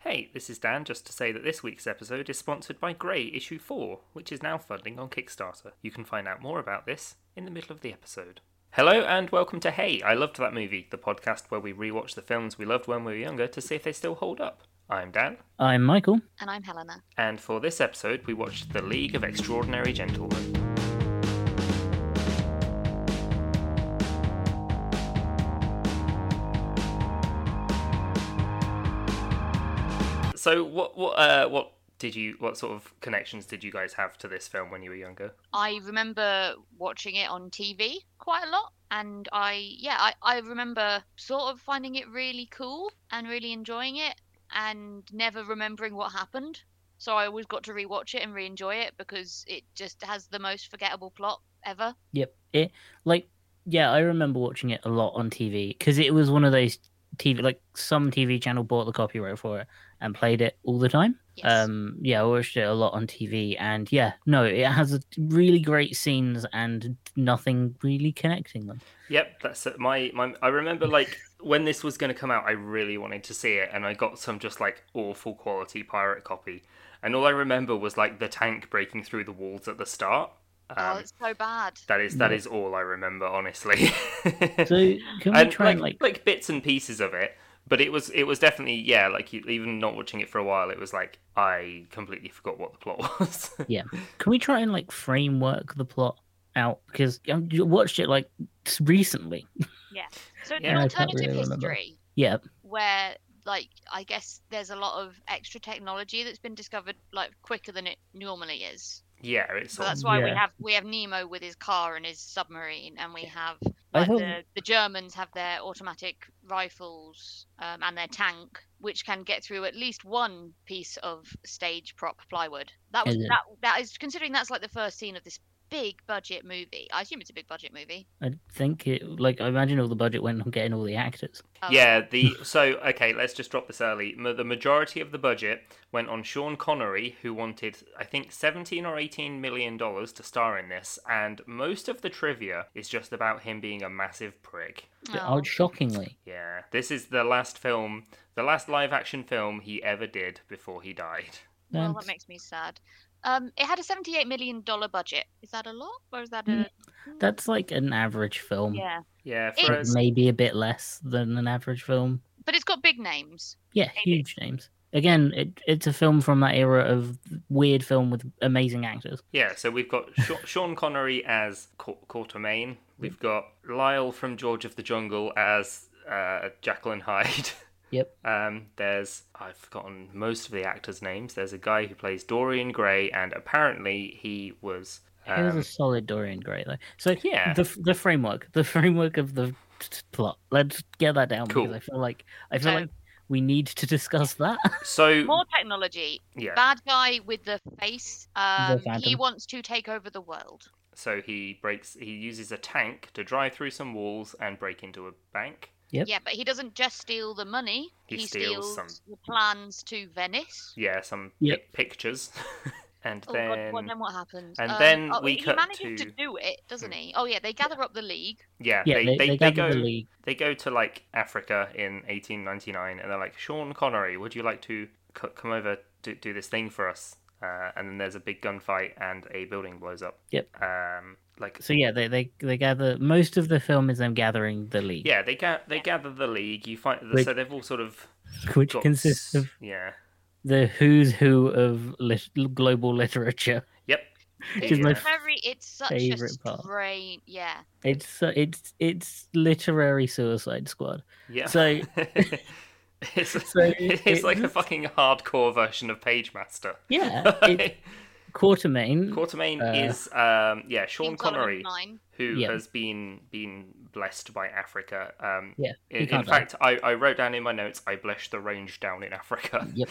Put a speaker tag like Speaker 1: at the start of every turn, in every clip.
Speaker 1: Hey, this is Dan just to say that this week's episode is sponsored by Grey Issue 4, which is now funding on Kickstarter. You can find out more about this in the middle of the episode. Hello and welcome to Hey, I Loved That Movie, the podcast where we rewatch the films we loved when we were younger to see if they still hold up. I'm Dan,
Speaker 2: I'm Uh, Michael.
Speaker 3: And I'm Helena.
Speaker 1: and for this episode we watched The League of Extraordinary Gentlemen. So what what uh, what did you what sort of connections did you guys have to this film when you were younger?
Speaker 3: I remember watching it on TV quite a lot. And I, yeah, I, I remember sort of finding it really cool and really enjoying it and never remembering what happened. So I always got to rewatch it and re enjoy it because it just has the most forgettable plot ever.
Speaker 2: Yep. It like yeah, I remember watching it a lot on TV because it was one of those TV like some TV channel bought the copyright for it and played it all the time.
Speaker 3: Yes.
Speaker 2: Um yeah, I watched it a lot on TV and yeah, no, it has a- really great scenes and nothing really connecting them.
Speaker 1: Yep, that's it. my my. I remember like when this was going to come out, I really wanted to see it, and I got some just like awful quality pirate copy, and all I remember was like the tank breaking through the walls at the start.
Speaker 3: oh,
Speaker 1: Um,
Speaker 3: it's so bad.
Speaker 1: that is that is all I remember, honestly.
Speaker 2: So can we
Speaker 1: and
Speaker 2: try
Speaker 1: like,
Speaker 2: and like
Speaker 1: like bits and pieces of it, but it was it was definitely yeah. Like you, even not watching it for a while, it was like I completely forgot what the plot was.
Speaker 2: Can we try and like framework the plot out because um, you watched it like s- recently?
Speaker 3: So,
Speaker 1: Yeah, I
Speaker 3: an
Speaker 1: can't
Speaker 3: alternative
Speaker 2: really remember.
Speaker 3: history
Speaker 2: Yeah,
Speaker 3: where like i guess there's a lot of extra technology that's been discovered like quicker than it normally is
Speaker 1: yeah, it's
Speaker 3: so
Speaker 1: all-
Speaker 3: that's why we
Speaker 2: Yeah.
Speaker 3: have we have nemo with his car and his submarine and we have
Speaker 2: I
Speaker 3: like
Speaker 2: hope-
Speaker 3: the, the germans have their automatic rifles um, and their tank which can get through at least one piece of stage prop plywood that was
Speaker 2: Is it?
Speaker 3: that that is considering that's like the first scene of this big budget movie i assume it's a big budget movie
Speaker 2: I think it like I imagine all the budget went on getting all the actors.
Speaker 3: Um,
Speaker 1: Yeah, the so okay, let's just drop this early. Ma- The majority of the budget went on Sean Connery, who wanted I think 17 or 18 million dollars to star in this, and most of the trivia is just about him being a massive prick.
Speaker 3: oh.
Speaker 2: uh, Shockingly.
Speaker 1: Yeah, this is the last film, the last live action film he ever did before he died.
Speaker 3: Well,
Speaker 2: That's-
Speaker 3: that makes me sad. Um, it had a seventy-eight million dollar budget. Is that a lot, or is that
Speaker 2: Mm,
Speaker 3: a?
Speaker 2: That's like an average film.
Speaker 3: Yeah,
Speaker 1: Yeah,
Speaker 3: It-
Speaker 1: for
Speaker 2: Like,
Speaker 1: us,
Speaker 2: maybe a bit less than an average film.
Speaker 3: but it's got big names.
Speaker 2: Yeah,
Speaker 3: Maybe.
Speaker 2: huge names. Again, it, it's a film from that era of weird film with amazing actors.
Speaker 1: yeah. So we've got Sha- Sean Connery as Cour- Quatermain. We've got Lyle from George of the Jungle as uh, Jacqueline Hyde.
Speaker 2: Yep.
Speaker 1: Um, there's I've forgotten most of the actors' names. There's a guy who plays Dorian Gray, and apparently he was.
Speaker 2: it was
Speaker 1: um,
Speaker 2: a solid Dorian Gray though. So
Speaker 1: Yeah.
Speaker 2: the the framework, the framework of the t- t- plot. Let's get that down
Speaker 1: Cool.
Speaker 2: because I feel like I feel
Speaker 3: So-
Speaker 2: like we need to discuss that.
Speaker 1: so
Speaker 3: More technology.
Speaker 1: yeah,
Speaker 3: Bad guy with the face. Um, he
Speaker 2: Phantom.
Speaker 3: wants to take over the world.
Speaker 1: so he breaks. He uses a tank to drive through some walls and break into a bank.
Speaker 2: Yep.
Speaker 3: Yeah, but he doesn't just steal the money.
Speaker 1: He
Speaker 3: He,
Speaker 1: steals
Speaker 3: steals,
Speaker 1: some-
Speaker 3: the plans to Venice.
Speaker 1: Yeah, some
Speaker 2: Yep.
Speaker 1: pic- pictures, and
Speaker 3: Oh
Speaker 1: then
Speaker 3: God! Well, then what happens? Um, oh,
Speaker 1: and then we
Speaker 3: he
Speaker 1: cut
Speaker 3: manages to...
Speaker 1: to-
Speaker 3: do it, doesn't he? Oh yeah, they gather up the league.
Speaker 1: yeah,
Speaker 2: yeah,
Speaker 1: they, they, they,
Speaker 2: gather
Speaker 1: go
Speaker 2: the league.
Speaker 1: they go to like Africa in 1899, and they're like Sean Connery, would you like to c- come over to do this thing for us? Uh, and then there's a big gunfight, and a building blows up.
Speaker 2: Yep.
Speaker 1: Um, like
Speaker 2: So yeah, they, they they gather. Most of the film is them gathering the league,
Speaker 1: Yeah, they ga- they gather the league. You find
Speaker 2: Wait.
Speaker 1: so they've all sort of
Speaker 2: which
Speaker 1: got
Speaker 2: consists
Speaker 1: s-
Speaker 2: of
Speaker 1: yeah,
Speaker 2: the who's who of lit- global literature.
Speaker 1: yep.
Speaker 2: Which is my
Speaker 1: Yeah.
Speaker 2: f-
Speaker 3: Very, it's such a
Speaker 2: Favourite part.
Speaker 3: strange. Yeah.
Speaker 2: It's so- it's it's literary Suicide Squad.
Speaker 1: yeah.
Speaker 2: so-
Speaker 1: it's,
Speaker 2: so
Speaker 1: it's
Speaker 2: it-
Speaker 1: like a fucking hardcore version of Pagemaster.
Speaker 2: Yeah, it's Quartermain.
Speaker 1: Quatermain
Speaker 2: uh,
Speaker 1: is um, yeah Sean
Speaker 3: Team Solomon
Speaker 1: Connery.
Speaker 3: Nine.
Speaker 1: who
Speaker 2: Yeah.
Speaker 1: has been been blessed by Africa. Um,
Speaker 2: Yeah,
Speaker 1: In,
Speaker 2: you
Speaker 1: in
Speaker 2: can't die.
Speaker 1: fact, I, I wrote down in my notes, I blessed the range down in Africa.
Speaker 2: Yep.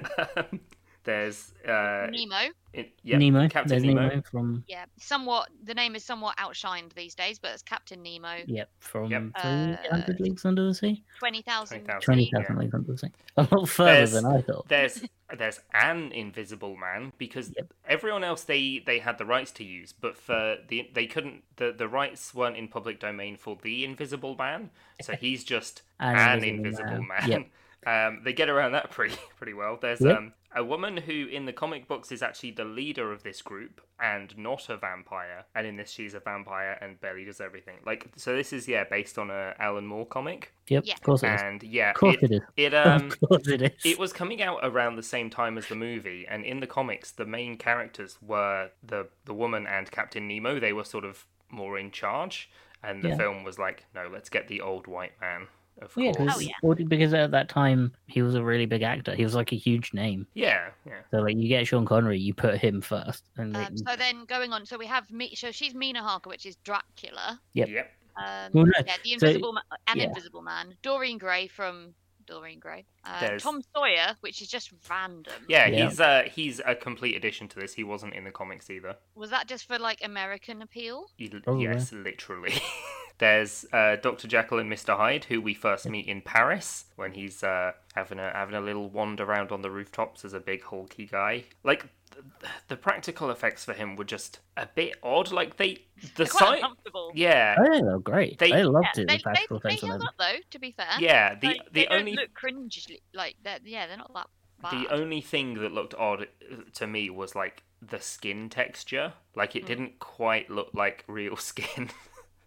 Speaker 1: um, there's uh,
Speaker 3: Nemo.
Speaker 1: in- yep,
Speaker 2: Nemo.
Speaker 1: Captain
Speaker 2: There's
Speaker 1: Nemo.
Speaker 2: Nemo. from
Speaker 3: Yeah, somewhat. The name is somewhat outshined these days, but it's Captain Nemo.
Speaker 2: yep from
Speaker 1: Yep.
Speaker 3: Uh,
Speaker 2: 300 leagues under the sea,
Speaker 3: Twenty thousand.
Speaker 1: 20,000.
Speaker 2: twenty thousand leagues under the sea. A lot further
Speaker 1: There's-
Speaker 2: than I thought.
Speaker 1: There's there's an Invisible Man because
Speaker 2: Yep.
Speaker 1: everyone else they they had the rights to use, but for the they couldn't the the rights weren't in public domain for the Invisible Man, so he's just an, Invisible Man.
Speaker 2: Yep.
Speaker 1: Um, they get around that pretty pretty well. There's
Speaker 2: Yeah.
Speaker 1: um, a woman who, in the comic books, is actually the leader of this group and not a vampire. And in this, she's a vampire and barely does everything. Like so, this is yeah based on a Alan Moore comic.
Speaker 2: Yep,
Speaker 3: Yeah.
Speaker 2: of course it is.
Speaker 1: And yeah,
Speaker 2: Of course
Speaker 1: Uh, it,
Speaker 2: it is.
Speaker 1: it um
Speaker 2: of course it is.
Speaker 1: it was coming out around the same time as the movie, and in the comics, the main characters were the the woman and Captain Nemo. They were sort of more in charge, and the
Speaker 2: Yeah.
Speaker 1: film was like, no, let's get the old white man. Of
Speaker 2: yeah,
Speaker 1: course.
Speaker 3: Oh, yeah.
Speaker 2: well, because at that time he was a really big actor. He was like a huge name.
Speaker 1: yeah, yeah.
Speaker 2: So like you get Sean Connery, you put him first, and
Speaker 3: Um,
Speaker 2: it-
Speaker 3: so then going on, so we have me. So she's Mina Harker, which is Dracula.
Speaker 2: Yep.
Speaker 1: Yep.
Speaker 3: Um,
Speaker 2: Well, no,
Speaker 3: yeah, the
Speaker 2: so-
Speaker 3: Invisible Ma- and
Speaker 2: yeah.
Speaker 3: Invisible Man. Dorian Gray from Dorian Gray. Uh,
Speaker 1: There's-
Speaker 3: Tom Sawyer, which is just random.
Speaker 1: Yeah,
Speaker 2: Yeah.
Speaker 1: he's uh he's a complete addition to this. He wasn't in the comics either.
Speaker 3: Was that just for like American appeal?
Speaker 1: He-
Speaker 2: Probably.
Speaker 1: yes, literally. There's uh, Doctor Jekyll and Mister Hyde, who we first meet in Paris when he's uh, having a having a little wander around on the rooftops as a big hulky guy. Like th- the practical effects for him were just a bit odd. Like they the
Speaker 3: They're quite
Speaker 1: site,
Speaker 3: uncomfortable.
Speaker 1: yeah,
Speaker 2: I think they were Oh, great.
Speaker 1: They-
Speaker 2: I loved
Speaker 3: Yeah,
Speaker 2: it.
Speaker 3: they,
Speaker 2: the practical
Speaker 3: they, they
Speaker 2: effects on
Speaker 3: held
Speaker 2: them.
Speaker 3: up though. To be fair,
Speaker 1: yeah. The
Speaker 3: Like,
Speaker 1: the
Speaker 3: they
Speaker 1: only
Speaker 3: don't look cringe like that. Yeah, they're not that bad.
Speaker 1: The only thing that looked odd uh, to me was like the skin texture. Like it
Speaker 2: Hmm.
Speaker 3: Mm.
Speaker 1: didn't quite look like real skin.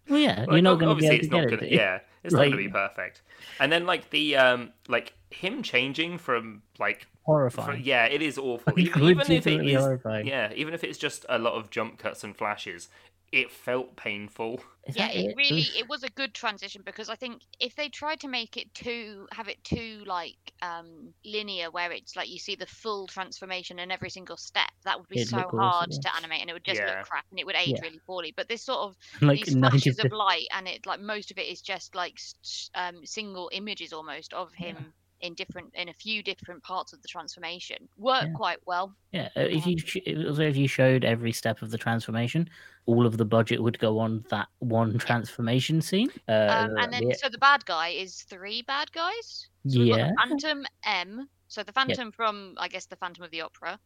Speaker 2: Well, yeah,
Speaker 1: Like,
Speaker 2: you're
Speaker 1: ob-
Speaker 2: not going to
Speaker 1: obviously
Speaker 2: be able to
Speaker 1: it's
Speaker 2: get
Speaker 1: not
Speaker 2: it.
Speaker 1: gonna
Speaker 2: do you?
Speaker 1: yeah, it's not gonna
Speaker 2: Like-
Speaker 1: be perfect. And then like the um like him changing from like fr-
Speaker 2: horrifying.
Speaker 1: yeah, it is awful. E-,
Speaker 2: Like,
Speaker 1: even, even if it
Speaker 2: legitimately
Speaker 1: is
Speaker 2: horrifying.
Speaker 1: yeah, even if it's just a lot of jump cuts and flashes, it felt painful.
Speaker 2: Is
Speaker 3: yeah,
Speaker 2: that
Speaker 3: it really
Speaker 2: Oof.
Speaker 3: it was a good transition because I think if they tried to make it too have it too like um linear where it's like you see the full transformation in every single step, that would be
Speaker 2: It'd
Speaker 3: so
Speaker 2: look awful,
Speaker 3: hard
Speaker 2: yeah.
Speaker 3: to animate and it would just
Speaker 1: Yeah.
Speaker 3: look crap and it would age
Speaker 2: Yeah.
Speaker 3: really poorly. But this sort of
Speaker 2: like
Speaker 3: these
Speaker 2: ninety
Speaker 3: flashes of light and it like most of it is just like s- s- um single images almost of
Speaker 2: Yeah.
Speaker 3: him in different in a few different parts of the transformation work
Speaker 2: Yeah.
Speaker 3: quite well.
Speaker 2: Yeah, uh, if you sh- also if you showed every step of the transformation, all of the budget would go on that one transformation scene. Uh,
Speaker 3: Um, and
Speaker 2: that'd
Speaker 3: then
Speaker 2: be it.
Speaker 3: so the bad guy is three bad guys. So we've got the
Speaker 2: Yeah.
Speaker 3: Phantom M. So the Phantom from I guess the Phantom of the Opera.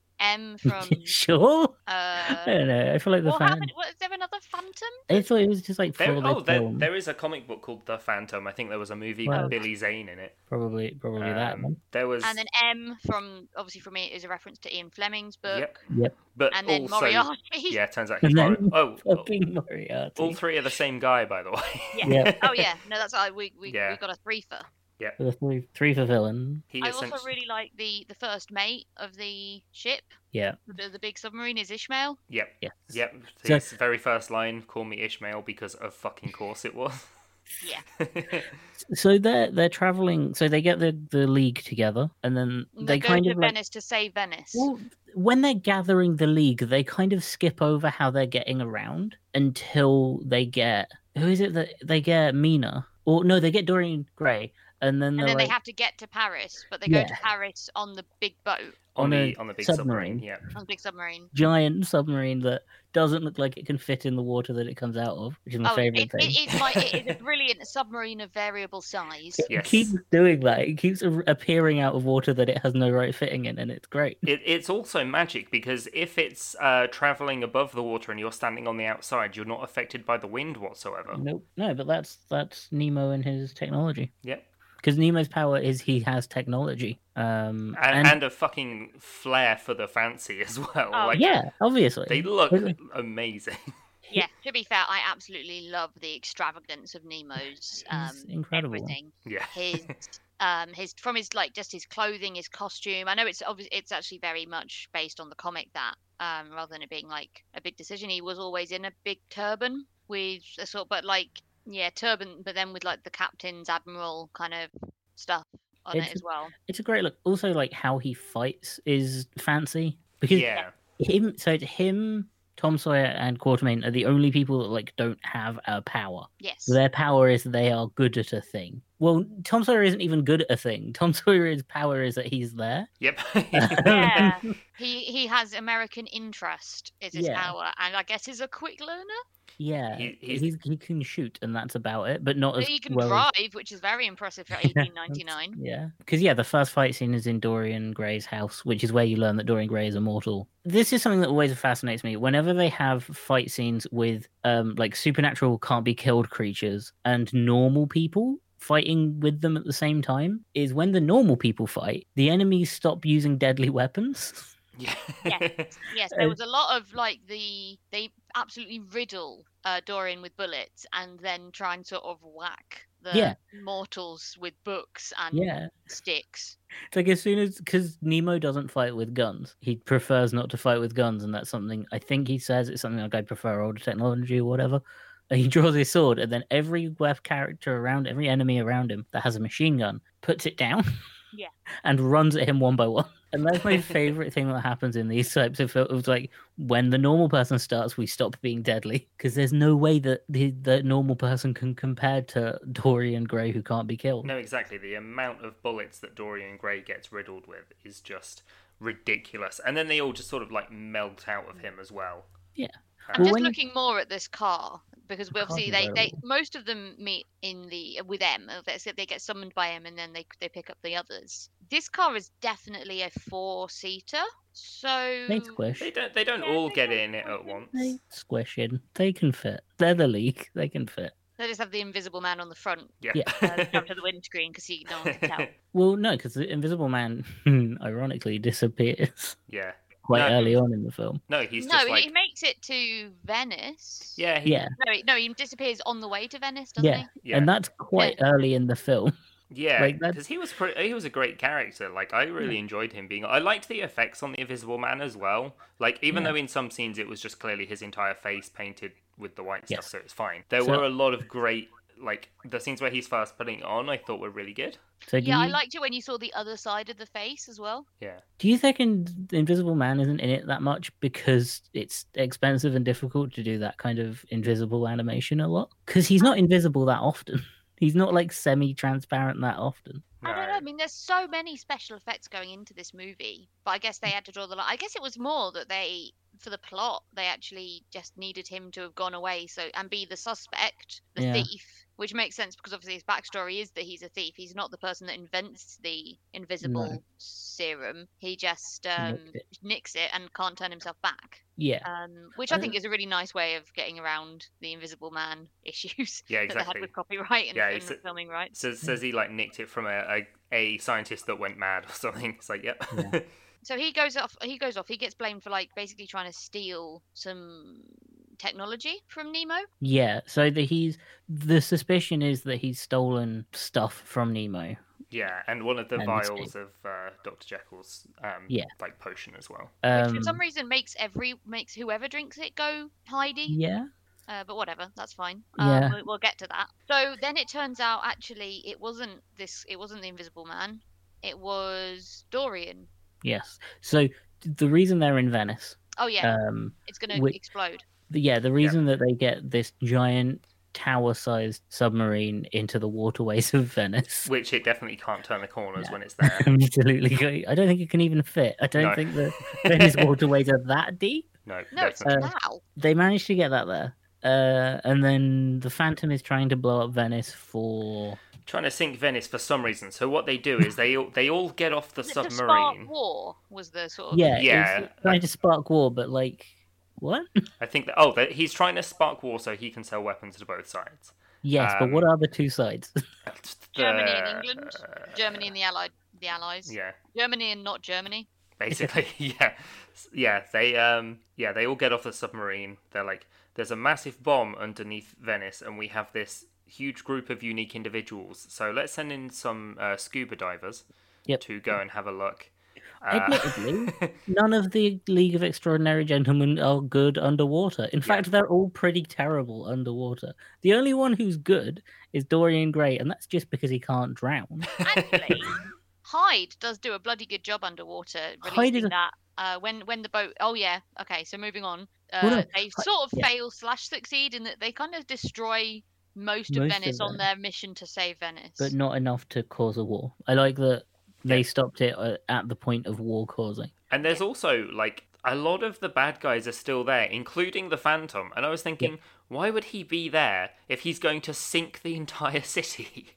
Speaker 3: M from
Speaker 2: sure. I
Speaker 3: uh
Speaker 2: don't know. I feel like the
Speaker 3: what
Speaker 2: fan.
Speaker 3: happened? Was there another Phantom?
Speaker 2: I thought it was just like
Speaker 1: There,
Speaker 2: for the
Speaker 1: oh, there,
Speaker 2: film.
Speaker 1: there is a comic book called The Phantom. I think there was a movie
Speaker 2: Wow.
Speaker 1: with Billy Zane in it.
Speaker 2: Probably, probably that
Speaker 1: Um,
Speaker 2: one.
Speaker 1: There was
Speaker 3: And then M from obviously from it is a reference to Ian Fleming's book.
Speaker 1: Yep.
Speaker 2: Yep.
Speaker 1: But
Speaker 3: And then
Speaker 1: also,
Speaker 3: Moriarty.
Speaker 1: yeah, it turns out
Speaker 2: And
Speaker 1: he's
Speaker 2: then-
Speaker 1: Mori- Oh,
Speaker 2: Fucking Moriarty.
Speaker 1: all three are the same guy, by the way.
Speaker 3: Yeah.
Speaker 2: Yeah.
Speaker 3: Oh yeah, no, that's I we we,
Speaker 1: Yeah.
Speaker 3: we got a threefer.
Speaker 2: The three, three for villain.
Speaker 1: He
Speaker 3: I also
Speaker 1: essentially-
Speaker 3: really like the the first mate of the ship,
Speaker 2: Yeah.
Speaker 3: the, the big submarine is Ishmael.
Speaker 1: Yep.
Speaker 2: Yeah.
Speaker 1: Yep.
Speaker 2: So-
Speaker 1: His very first line, call me Ishmael because of fucking course it was.
Speaker 3: Yeah.
Speaker 2: So they're they're traveling. So they get the the league together, and then
Speaker 3: And
Speaker 2: they,
Speaker 3: They, go
Speaker 2: kind
Speaker 3: to
Speaker 2: of like,
Speaker 3: Venice to save Venice.
Speaker 2: Well, when they're gathering the league, they kind of skip over how they're getting around until they get who is it that they get Mina or no, they get Dorian Gray, and then
Speaker 3: and
Speaker 2: they're
Speaker 3: then
Speaker 2: like,
Speaker 3: they have to get to Paris, but they go to
Speaker 2: Yeah.
Speaker 3: Paris on the big boat,
Speaker 1: on
Speaker 2: On
Speaker 1: the
Speaker 2: a
Speaker 1: on the big submarine.
Speaker 2: submarine.
Speaker 1: Yeah.
Speaker 3: on the big submarine.
Speaker 2: giant submarine that doesn't look like it can fit in the water that it comes out of, which is my
Speaker 3: oh,
Speaker 2: favorite
Speaker 3: it,
Speaker 2: thing.
Speaker 3: it is like it is a brilliant submarine of variable size.
Speaker 2: It
Speaker 1: Yes.
Speaker 2: keeps doing that. It keeps a- appearing out of water that it has no right fitting in, and it's great.
Speaker 1: It, it's also magic because if it's uh, traveling above the water and you're standing on the outside, you're not affected by the wind whatsoever.
Speaker 2: Nope. No, but that's that's Nemo and his technology.
Speaker 1: Yep.
Speaker 2: Because Nemo's power is he has technology. Um,
Speaker 1: And, and, a fucking flair for the fancy as well.
Speaker 3: Oh,
Speaker 1: like,
Speaker 2: yeah, obviously.
Speaker 1: They look
Speaker 2: Really?
Speaker 1: amazing.
Speaker 3: Yeah, to be fair, I absolutely love the extravagance of Nemo's um,
Speaker 2: It's incredible.
Speaker 3: everything.
Speaker 1: Yeah.
Speaker 3: his um his from his like just his clothing his costume i know it's obvious it's actually very much based on the comic that um rather than it being like a big decision he was always in a big turban with a sort but like yeah turban but then with like the captain's admiral kind of stuff on it
Speaker 2: It's-
Speaker 3: as well
Speaker 2: It's a great look. Also, like how he fights is fancy because
Speaker 1: yeah.
Speaker 2: him. So it's him, Tom Sawyer, and Quartermain are the only people that like don't have a power.
Speaker 3: yes
Speaker 2: Their power is they are good at a thing. Well, Tom Sawyer isn't even good at a thing. Tom Sawyer's power is that he's there.
Speaker 1: Yep.
Speaker 3: yeah he he has american interest is his
Speaker 2: Yeah.
Speaker 3: power and i guess he's a quick learner
Speaker 2: Yeah,
Speaker 1: He-
Speaker 2: he,
Speaker 1: he's-
Speaker 2: he can shoot, and that's about it. But not
Speaker 3: But
Speaker 2: as
Speaker 3: he can
Speaker 2: well as-
Speaker 3: drive which is very impressive for 1899
Speaker 2: Yeah, because yeah, the first fight scene is in Dorian Gray's house, which is where you learn that Dorian Gray is immortal. This is something that always fascinates me. Whenever they have fight scenes with um like supernatural can't be killed creatures and normal people, fighting with them at the same time is when the normal people fight, the enemies stop using deadly weapons.
Speaker 1: Yeah.
Speaker 3: Yes, there
Speaker 2: Uh,
Speaker 3: was a lot of like the they absolutely riddle uh, Dorian with bullets and then try and sort of whack the
Speaker 2: Yeah.
Speaker 3: mortals with books and
Speaker 2: yeah.
Speaker 3: sticks.
Speaker 2: It's like as soon as because Nemo doesn't fight with guns, he prefers not to fight with guns, and that's something I think he says it's something like I prefer older technology or whatever. And he draws his sword, and then every web character around, every enemy around him that has a machine gun puts it down,
Speaker 3: Yeah.
Speaker 2: and runs at him one by one. And that's my favorite thing that happens in these types of films. Like when the normal person starts, we stop being deadly because there's no way that the, the normal person can compare to Dorian Gray who can't be killed.
Speaker 1: No, exactly. The amount of bullets that Dorian Gray gets riddled with is just ridiculous. And then they all just sort of like melt out of him as well.
Speaker 2: Yeah.
Speaker 3: I'm
Speaker 1: Um,
Speaker 2: Well,
Speaker 3: just
Speaker 2: when you-
Speaker 3: looking more at this car because
Speaker 2: The car's
Speaker 3: obviously they, they
Speaker 2: incredible.
Speaker 3: most of them meet in the with M. Except they get summoned by M and then they they pick up the others. This car is definitely a four seater, so
Speaker 2: They squish.
Speaker 1: they don't they don't
Speaker 3: Yeah,
Speaker 1: all
Speaker 3: they
Speaker 1: get
Speaker 3: don't
Speaker 1: in it
Speaker 3: all
Speaker 1: at
Speaker 3: get
Speaker 1: once.
Speaker 2: They squish in. They can fit. They're the league. They can fit.
Speaker 3: they just have the Invisible Man on the front
Speaker 1: Yeah.
Speaker 3: uh, up to the windscreen because he no one can tell.
Speaker 2: Well, no, because the Invisible Man, ironically, disappears
Speaker 1: yeah.
Speaker 2: quite
Speaker 1: No.
Speaker 2: early on in the film.
Speaker 1: No, he's
Speaker 3: no,
Speaker 1: just
Speaker 3: he-
Speaker 1: like
Speaker 3: he makes it to Venice.
Speaker 1: Yeah, he,
Speaker 2: Yeah,
Speaker 3: No, he, no, he disappears on the way to Venice, doesn't
Speaker 2: Yeah.
Speaker 1: yeah.
Speaker 2: and that's quite early in the film.
Speaker 1: Yeah,
Speaker 2: Like,
Speaker 1: because
Speaker 2: that-
Speaker 1: he was pre- he was a great character. Like I really enjoyed him being. I liked the effects on the Invisible Man as well. Like even
Speaker 2: Yeah.
Speaker 1: though in some scenes it was just clearly his entire face painted with the white
Speaker 2: Yes.
Speaker 1: stuff, so it's fine. There
Speaker 2: So-
Speaker 1: were a lot of great like the scenes where he's first putting it on. I thought were really good.
Speaker 2: So
Speaker 3: he?
Speaker 2: do
Speaker 3: Yeah, I
Speaker 2: you-
Speaker 3: liked it when you saw the other side of the face as well.
Speaker 1: Yeah,
Speaker 2: Do you think in- the Invisible Man isn't in it that much because it's expensive and difficult to do that kind of invisible animation a lot? Because he's not invisible that often. He's not like semi-transparent that often.
Speaker 1: no,
Speaker 3: I don't know. I mean, there's so many special effects going into this movie, but I guess they had to draw the line. I guess it was more that they, for the plot, they actually just needed him to have gone away so and be the suspect, the
Speaker 2: Yeah.
Speaker 3: thief, which makes sense because obviously his backstory is that he's a thief. He's not the person that invents the invisible serum. He just um,
Speaker 2: Nicked it.
Speaker 3: nicks it and can't turn himself back.
Speaker 2: Yeah.
Speaker 3: um, which I
Speaker 2: Uh,
Speaker 3: think is a really nice way of getting around the Invisible Man issues
Speaker 1: yeah,
Speaker 3: that they had
Speaker 1: exactly.
Speaker 3: with copyright and,
Speaker 1: Yeah,
Speaker 3: and
Speaker 1: it's-
Speaker 3: with filming rights.
Speaker 1: Says
Speaker 2: Mm.
Speaker 1: says he like nicked it from a, a a scientist that went mad or something. It's like yep.
Speaker 2: Yeah.
Speaker 3: So he goes off. He goes off. He gets blamed for like basically trying to steal some technology from Nemo.
Speaker 2: Yeah, so that he's the suspicion is that he's stolen stuff from Nemo.
Speaker 1: yeah, and one of the
Speaker 2: And it's
Speaker 1: vials of uh, Doctor Jekyll's um,
Speaker 2: Yeah.
Speaker 1: like potion as well.
Speaker 3: Which
Speaker 2: Um,
Speaker 3: for some reason makes every makes whoever drinks it go Heidi.
Speaker 2: yeah,
Speaker 3: Uh, but whatever, that's fine.
Speaker 2: Mm. Yeah.
Speaker 3: Um, we- we'll get to that. So then it turns out actually it wasn't this. It wasn't the Invisible Man. It was Dorian.
Speaker 2: yes. So the reason they're in Venice,
Speaker 3: Oh yeah,
Speaker 2: um,
Speaker 3: it's gonna
Speaker 2: which-
Speaker 3: explode.
Speaker 2: the- yeah, the reason that they get this giant tower-sized submarine into the waterways of Venice.
Speaker 1: Which it definitely can't turn the corners
Speaker 2: No.
Speaker 1: when it's there.
Speaker 2: Absolutely, go- I don't think it can even fit. I don't
Speaker 1: No.
Speaker 2: think the Venice waterways are that deep.
Speaker 1: No,
Speaker 3: No, it's
Speaker 1: definitely.
Speaker 2: Uh,
Speaker 3: now.
Speaker 2: They managed to get that there, uh, and then the Phantom is trying to blow up Venice for
Speaker 1: trying to sink Venice for some reason. So what they do is they all, they all get off the
Speaker 3: The, the Spark
Speaker 1: submarine.
Speaker 3: War was the sort of
Speaker 2: yeah,
Speaker 1: Yeah,
Speaker 2: it's trying to spark war, but like what?
Speaker 1: I think that oh, that he's trying to spark war so he can sell weapons to both sides.
Speaker 2: Yes, but what are the two sides?
Speaker 3: Germany and
Speaker 1: The- uh,
Speaker 3: England? Germany and the Allied, the Allies.
Speaker 1: Yeah,
Speaker 3: Germany and not Germany.
Speaker 1: basically, yeah, S- yeah. They um, yeah, they all get off the submarine. They're like, there's a massive bomb underneath Venice, and we have this huge group of unique individuals. So let's send in some uh, scuba divers
Speaker 2: Yep.
Speaker 1: to go and have a look. Uh,
Speaker 2: Admittedly, None of the League of Extraordinary Gentlemen are good underwater. In fact, they're all pretty terrible underwater. The only one who's good is Dorian Gray, and that's just because he can't drown.
Speaker 3: Actually, Hyde does do a bloody good job underwater
Speaker 2: Hyde is
Speaker 3: releasing
Speaker 2: a-
Speaker 3: that. Uh, when when the boat. Oh yeah. Okay. So moving on. Uh,
Speaker 2: no,
Speaker 3: they
Speaker 2: Hy-
Speaker 3: sort of
Speaker 2: yeah.
Speaker 3: fail slash succeed in that they kind of destroy most of
Speaker 2: Most of
Speaker 3: Venice on
Speaker 2: Venice.
Speaker 3: their mission to save Venice.
Speaker 2: But not enough to cause a war. I like that they stopped it uh, at the point of war causing.
Speaker 1: And there's also like a lot of the bad guys are still there, including the Phantom. And I was thinking, why would he be there if he's going to sink the entire city?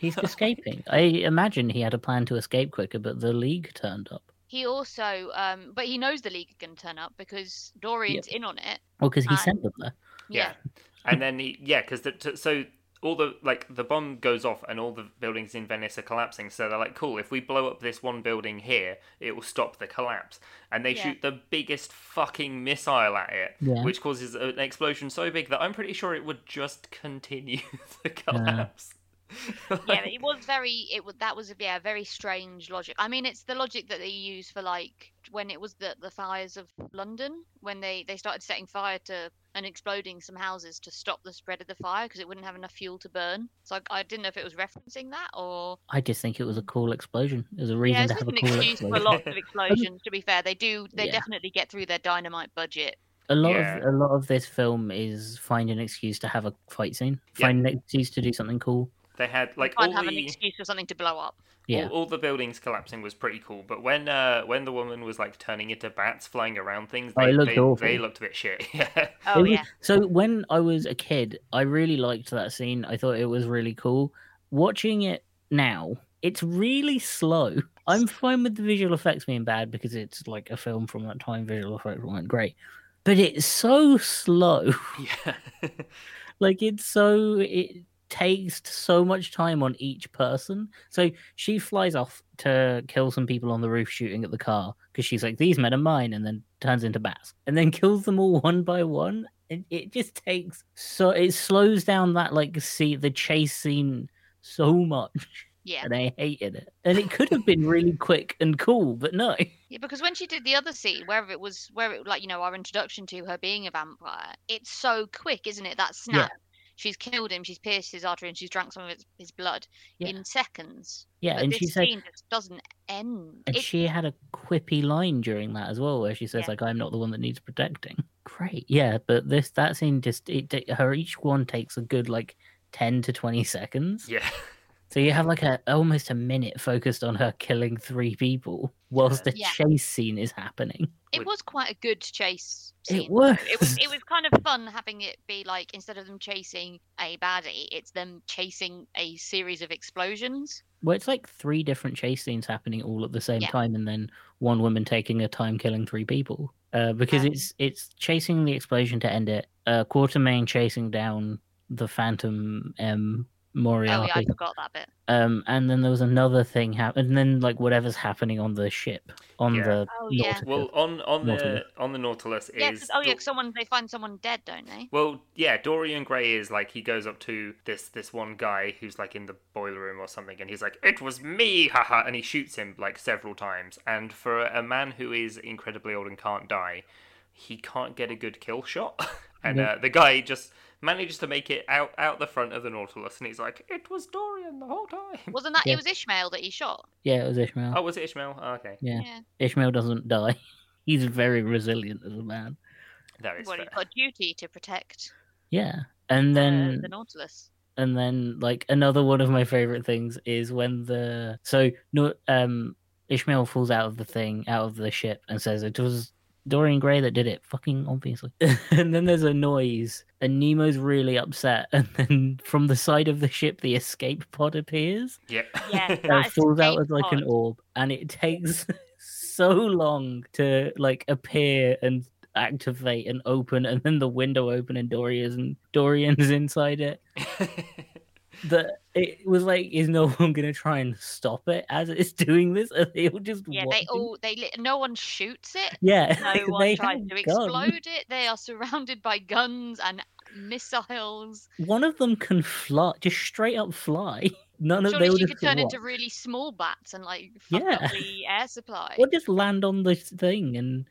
Speaker 2: He's escaping. I imagine he had a plan to escape quicker, but the League turned up.
Speaker 3: He also, um, but he knows the league are going to turn up because Dorian's in on it.
Speaker 2: Well, because he
Speaker 3: Um,
Speaker 2: sent them there.
Speaker 3: Yeah.
Speaker 1: and then he, yeah, because so all the like the bomb goes off and all the buildings in Venice are collapsing. So they're like, cool, if we blow up this one building here, it will stop the collapse. And they
Speaker 3: Yeah.
Speaker 1: shoot the biggest fucking missile at it,
Speaker 2: Yeah.
Speaker 1: which causes an explosion so big that I'm pretty sure it would just continue the collapse.
Speaker 3: yeah, it was very. It was that was yeah, very strange logic. I mean, it's the logic that they use for like when it was the the fires of London when they they started setting fire to and exploding some houses to stop the spread of the fire because it wouldn't have enough fuel to burn. So I, I didn't know if it was referencing that or
Speaker 2: I just think it was a cool explosion. It was a reason
Speaker 3: yeah, it's
Speaker 2: to
Speaker 3: just
Speaker 2: have a
Speaker 3: an
Speaker 2: cool
Speaker 3: excuse
Speaker 2: explosion.
Speaker 3: for lots of explosions. To be fair, they do they
Speaker 2: Yeah.
Speaker 3: definitely get through their dynamite budget.
Speaker 2: A lot
Speaker 1: Yeah.
Speaker 2: of a lot of this film is find an excuse to have a fight scene,
Speaker 1: Yeah.
Speaker 2: find an excuse to do something cool.
Speaker 1: they had like
Speaker 3: Can't
Speaker 1: all
Speaker 3: have
Speaker 1: the
Speaker 3: an excuse for something to blow up.
Speaker 2: Yeah,
Speaker 1: All, all the buildings collapsing was pretty cool, but when uh, when the woman was like turning into bats, flying around things,
Speaker 2: Oh,
Speaker 1: they
Speaker 2: it looked
Speaker 1: they,
Speaker 2: awful.
Speaker 1: they looked a bit shit. Yeah,
Speaker 3: Oh
Speaker 2: It was-
Speaker 3: yeah,
Speaker 2: So when I was a kid, I really liked that scene. I thought it was really cool. Watching it now, it's really slow. I'm fine with the visual effects being bad because it's like a film from that time. Visual effects weren't great, but it's so slow.
Speaker 1: yeah.
Speaker 2: like it's so it takes so much time on each person so she flies off to kill some people on the roof shooting at the car because she's like these men are mine and then turns into bats and then kills them all one by one it, it just takes so it slows down that like see the chase scene so much
Speaker 3: yeah.
Speaker 2: and i hated it and it could have been really quick and cool but no
Speaker 3: Yeah, because when she did the other scene, where it was, where it like you know our introduction to her being a vampire, it's so quick, isn't it? That snap. She's killed him. She's pierced his artery, and she's drank some of his, his blood
Speaker 2: Yeah.
Speaker 3: in seconds.
Speaker 2: yeah
Speaker 3: but
Speaker 2: and
Speaker 3: this
Speaker 2: she said
Speaker 3: scene just doesn't end.
Speaker 2: and
Speaker 3: It-
Speaker 2: she had a quippy line during that as well, where she says
Speaker 3: Yeah.
Speaker 2: like, "I'm not the one that needs protecting." Great, yeah, but this that scene just it ta- her each one takes a good like ten to twenty seconds.
Speaker 1: yeah.
Speaker 2: So you have like a almost a minute focused on her killing three people whilst the
Speaker 3: Yeah.
Speaker 2: chase scene is happening.
Speaker 3: it
Speaker 1: would-
Speaker 3: was quite a good chase scene.
Speaker 2: It was.
Speaker 3: It was, it was kind of fun having it be like instead of them chasing a baddie, it's them chasing a series of explosions.
Speaker 2: Well, it's like three different chase scenes happening all at the same
Speaker 3: Yeah.
Speaker 2: time, and then one woman taking her time killing three people. Uh, because
Speaker 3: Yeah.
Speaker 2: it's it's chasing the explosion to end it. Uh, Quartermain chasing down the Phantom M
Speaker 3: Oh yeah, I
Speaker 2: Moriarty,
Speaker 3: forgot that bit.
Speaker 2: um, and then there was another thing happen, and then like whatever's happening on the ship on
Speaker 1: Yeah.
Speaker 2: the
Speaker 3: Oh, yeah.
Speaker 2: Nautica.
Speaker 1: Well, on on the
Speaker 2: Nautilus.
Speaker 1: on the Nautilus is
Speaker 3: Yeah, 'cause- oh yeah,
Speaker 1: Dor-
Speaker 3: 'cause someone they find someone dead, don't they?
Speaker 1: Well, yeah, Dorian Gray is like he goes up to this this one guy who's like in the boiler room or something, and he's like, "It was me, haha!" and he shoots him like several times. And for a man who is incredibly old and can't die, he can't get a good kill shot. and
Speaker 2: Yeah.
Speaker 1: uh, the guy just manages to make it out out the front of the Nautilus, and he's like, "It was Dorian the whole time."
Speaker 3: Wasn't that
Speaker 2: Yeah.
Speaker 3: it was Ishmael that he shot?
Speaker 2: yeah, it was Ishmael.
Speaker 1: Oh, was it Ishmael? Oh, okay,
Speaker 2: Yeah. Ishmael doesn't die. He's very resilient as a man.
Speaker 1: that is
Speaker 3: well,
Speaker 1: fair.
Speaker 3: you've got a duty to protect
Speaker 2: Yeah, and then
Speaker 3: uh, the Nautilus.
Speaker 2: and then like another one of my favorite things is when the so no um ishmael falls out of the thing out of the ship and says it was dorian gray that did it fucking obviously and then there's a noise and nemo's really upset and then from the side of the ship the escape pod appears
Speaker 1: Yeah,
Speaker 3: Yeah,
Speaker 2: and
Speaker 3: that-
Speaker 2: it falls out
Speaker 3: escape
Speaker 2: as like an
Speaker 3: pod.
Speaker 2: orb and it takes so long to like appear and activate and open and then the window open and dorian's and dorian's inside it that it was like, is no one going to try and stop it as it's doing this? Are they all just
Speaker 3: Yeah,
Speaker 2: watching?
Speaker 3: they all they li- no one shoots it.
Speaker 2: yeah,
Speaker 3: No
Speaker 2: like,
Speaker 3: one
Speaker 2: they
Speaker 3: tries
Speaker 2: have guns.
Speaker 3: to explode it. They are surrounded by guns and missiles.
Speaker 2: One of them can fly, just straight up fly. None of Oh, they
Speaker 3: Surely
Speaker 2: would
Speaker 3: she
Speaker 2: just
Speaker 3: could turn
Speaker 2: what?
Speaker 3: into really small bats and like fuck
Speaker 2: Yeah.
Speaker 3: up the air supply.
Speaker 2: or just land on the thing and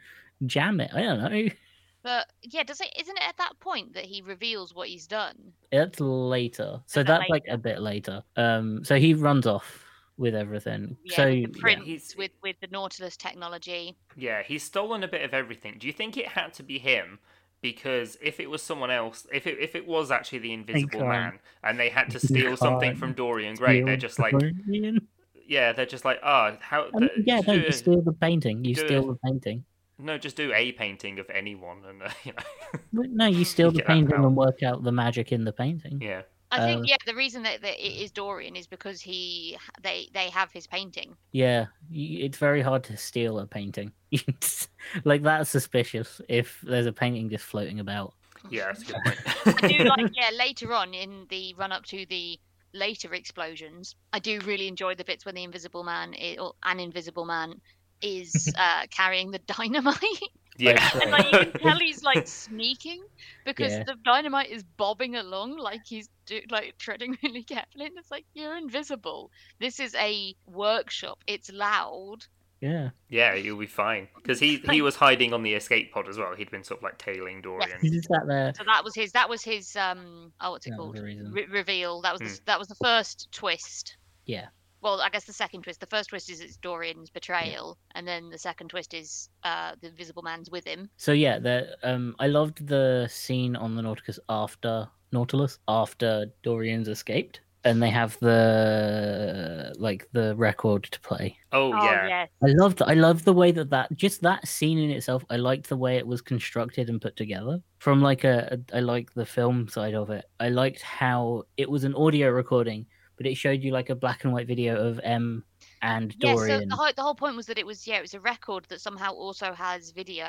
Speaker 2: jam it. I don't know.
Speaker 3: But yeah, does it? Isn't it at that point that he reveals what he's done?
Speaker 2: That's later. So
Speaker 3: that
Speaker 2: that's like a bit later. Um, so he runs off with everything.
Speaker 3: Yeah,
Speaker 2: so
Speaker 3: with the prints
Speaker 1: He's-
Speaker 3: with with the Nautilus technology.
Speaker 1: Yeah, he's stolen a bit of everything. Do you think it had to be him? Because if it was someone else, if it if it was actually the Invisible
Speaker 2: can't.
Speaker 1: Man, and they had to
Speaker 2: They
Speaker 1: steal something
Speaker 2: can't
Speaker 1: from Dorian Gray, they're
Speaker 2: steal
Speaker 1: just like,
Speaker 2: Dorian.
Speaker 1: yeah, they're just like, ah, how?
Speaker 2: I mean,
Speaker 1: the-
Speaker 2: Um, yeah, no,
Speaker 1: do
Speaker 2: you
Speaker 1: a-
Speaker 2: steal the painting. You
Speaker 1: do
Speaker 2: steal
Speaker 1: it.
Speaker 2: the painting.
Speaker 1: no, just do a painting of anyone, and uh, you know,
Speaker 2: Well, No, you steal the
Speaker 1: Get that
Speaker 2: painting
Speaker 1: out.
Speaker 2: and work out the magic in the painting.
Speaker 1: yeah,
Speaker 3: I
Speaker 2: Um,
Speaker 3: think yeah, the reason that, that it is Dorian is because he they they have his painting.
Speaker 2: Yeah, y it's very hard to steal a painting. like that's suspicious if there's a painting just floating about.
Speaker 1: Yeah, that's a good
Speaker 3: I do
Speaker 1: point.
Speaker 3: like yeah later on in the run up to the later explosions i do really enjoy the bits when the invisible man i or an invisible man is uh carrying the dynamite
Speaker 1: yeah.
Speaker 3: and like you can tell he's like sneaking because
Speaker 2: Yeah.
Speaker 3: the dynamite is bobbing along like he's do- like treading really carefully and it's like you're invisible this is a workshop it's loud
Speaker 2: Yeah.
Speaker 1: yeah, you'll be fine. Because he, he was hiding on the escape pod as well. He'd been sort of like tailing Dorian.
Speaker 2: He's just sat there.
Speaker 3: so that was his that was his um oh what's it
Speaker 2: That was
Speaker 3: called
Speaker 2: the reason.
Speaker 3: Re- reveal that was the, that was the first twist
Speaker 2: Hmm. Yeah.
Speaker 3: well, I guess the second twist. The first twist is it's Dorian's betrayal, and then the second twist is uh, the Invisible Man's with him.
Speaker 2: So yeah, the um, I loved the scene on the Nauticus after Nautilus after Dorian's escaped, and they have the like the record to play.
Speaker 1: Oh, yeah.
Speaker 3: yes.
Speaker 2: I loved I loved the way that that just that scene in itself. I liked the way it was constructed and put together. From like a, a I like the film side of it. I liked how it was an audio recording, but it showed you like a black and white video of M and
Speaker 3: Yeah,
Speaker 2: Dorian.
Speaker 3: so the whole, the whole point was that it was yeah, it was a record that somehow also has video.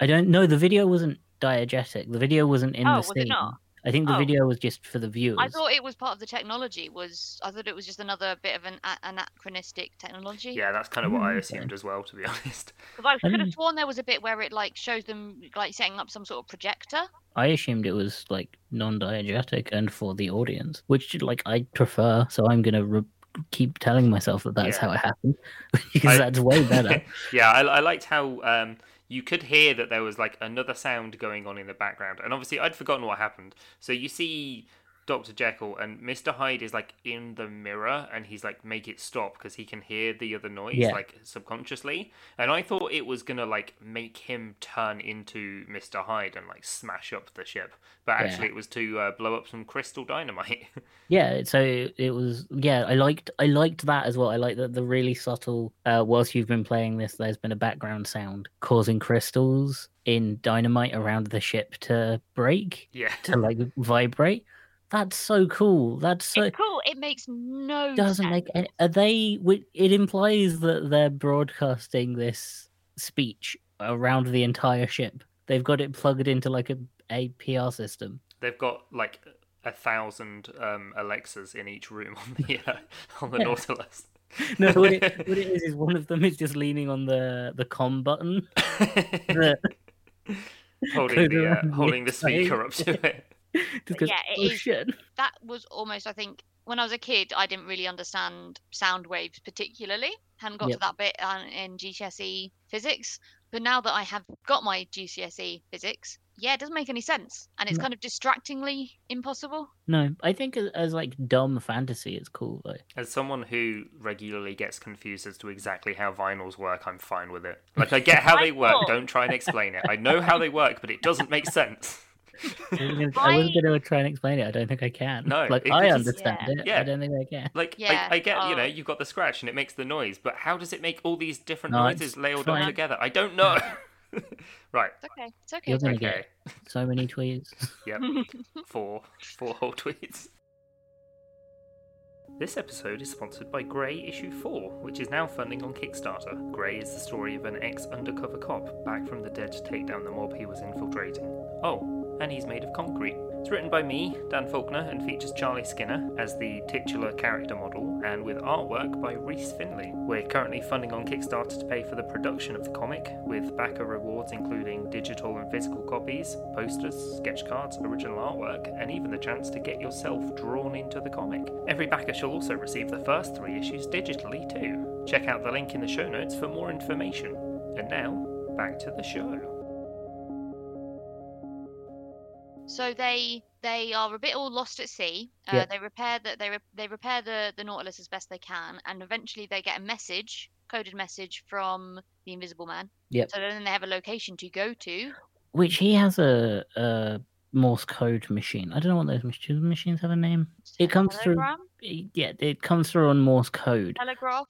Speaker 2: I don't know. The video wasn't diegetic. The video wasn't in
Speaker 3: Oh,
Speaker 2: the
Speaker 3: was it
Speaker 2: scene.
Speaker 3: not?
Speaker 2: I think the
Speaker 3: Oh.
Speaker 2: video was just for the viewers.
Speaker 3: I thought it was part of the technology. Was I thought it was just another bit of an a- anachronistic technology.
Speaker 1: Yeah, that's kind of what I
Speaker 2: Mm,
Speaker 1: assumed as well, to be honest.
Speaker 3: 'Cause I could have
Speaker 2: didn't-
Speaker 3: sworn there was a bit where it like shows them like setting up some sort of projector.
Speaker 2: I assumed it was like non-diegetic and for the audience, which like I prefer. So I'm gonna re- keep telling myself that that's
Speaker 1: Yeah.
Speaker 2: how it happened
Speaker 1: I-
Speaker 2: because that's way better.
Speaker 1: yeah, I, I liked how um, you could hear that there was like another sound going on in the background, and obviously I'd forgotten what happened. So you see Doctor Jekyll and Mister Hyde is like in the mirror, and he's like make it stop because he can hear the other noise
Speaker 2: Yeah.
Speaker 1: like subconsciously. And I thought it was gonna like make him turn into Mister Hyde and like smash up the ship, but
Speaker 2: Yeah.
Speaker 1: actually it was to uh, blow up some crystal dynamite.
Speaker 2: yeah. So it was. Yeah, I liked. I liked that as well. I like that the really subtle. Uh, whilst you've been playing this, there's been a background sound causing crystals in dynamite around the ship to break
Speaker 1: yeah,
Speaker 2: to like vibrate. That's so cool. That's so.
Speaker 3: it's cool. It makes no
Speaker 2: doesn't
Speaker 3: sense.
Speaker 2: make any, are they wi- it implies that they're broadcasting this speech around the entire ship they've got it plugged into like a, a pr system
Speaker 1: they've got like a thousand um, Alexas in each room on the uh, on the
Speaker 2: Yeah.
Speaker 1: Nautilus.
Speaker 2: no what it, what it is is one of them is just leaning on the the com button that
Speaker 1: holding
Speaker 2: Goes
Speaker 1: the uh,
Speaker 2: around
Speaker 1: holding the
Speaker 2: mid-plane.
Speaker 1: speaker up to it.
Speaker 2: just goes,
Speaker 3: Yeah, it
Speaker 2: oh
Speaker 3: is-
Speaker 2: shit
Speaker 3: that was almost i think when i was a kid i didn't really understand sound waves particularly hadn't got
Speaker 2: Yep.
Speaker 3: to that bit um, in gcse E physics but now that i have got my gcse E physics yeah it doesn't make any sense and it's
Speaker 2: No.
Speaker 3: kind of distractingly impossible
Speaker 2: no i think as, as like dumb fantasy it's cool though
Speaker 1: As someone who regularly gets confused as to exactly how vinyls work, I'm fine with it. Like I get how they work.
Speaker 3: Vinyl.
Speaker 1: Don't try and explain it. I know how they work, but it doesn't make sense.
Speaker 2: I wasn't gonna- i was
Speaker 3: I-
Speaker 2: going to try and explain it i don't think i can
Speaker 1: No,
Speaker 2: like
Speaker 1: it
Speaker 2: i
Speaker 1: is-
Speaker 2: understand
Speaker 3: Yeah.
Speaker 2: it
Speaker 1: Yeah.
Speaker 2: i don't think i can
Speaker 1: Like
Speaker 3: Yeah,
Speaker 1: I, I get, you know,
Speaker 3: oh.
Speaker 1: you've got the scratch and it makes the noise, but how does it make all these different
Speaker 2: No, it's
Speaker 1: noises layered
Speaker 2: fine.
Speaker 1: up together? I don't know. right.
Speaker 3: it's okay it's okay
Speaker 2: You're
Speaker 3: it's okay.
Speaker 2: gonna
Speaker 1: Okay.
Speaker 2: get so many tweets
Speaker 1: Yep. four four whole tweets. This episode is sponsored by Grey Issue 4, which is now funding on Kickstarter. Grey is the story of an ex undercover cop back from the dead to take down the mob he was infiltrating. Oh, and he's made of concrete. It's written by me, Dan Faulkner, and features Charlie Skinner as the titular character model, and with artwork by Reese Finley. We're currently funding on Kickstarter to pay for the production of the comic, with backer rewards including digital and physical copies, posters, sketch cards, original artwork, and even the chance to get yourself drawn into the comic. Every backer shall also receive the first three issues digitally too. Check out the link in the show notes for more information. And now, back to the show.
Speaker 3: so they they are a bit all lost at sea uh,
Speaker 2: Yeah.
Speaker 3: they repair that they, re- they repair the the nautilus as best they can and eventually they get a message coded message from the invisible man
Speaker 2: Yep.
Speaker 3: so then they have a location to go to
Speaker 2: Which he has a, a Morse code machine. I don't know what those mach- do machines have a name. It comes through-
Speaker 3: Telegram?
Speaker 2: E- Yeah, it comes through on Morse code.
Speaker 3: telegraph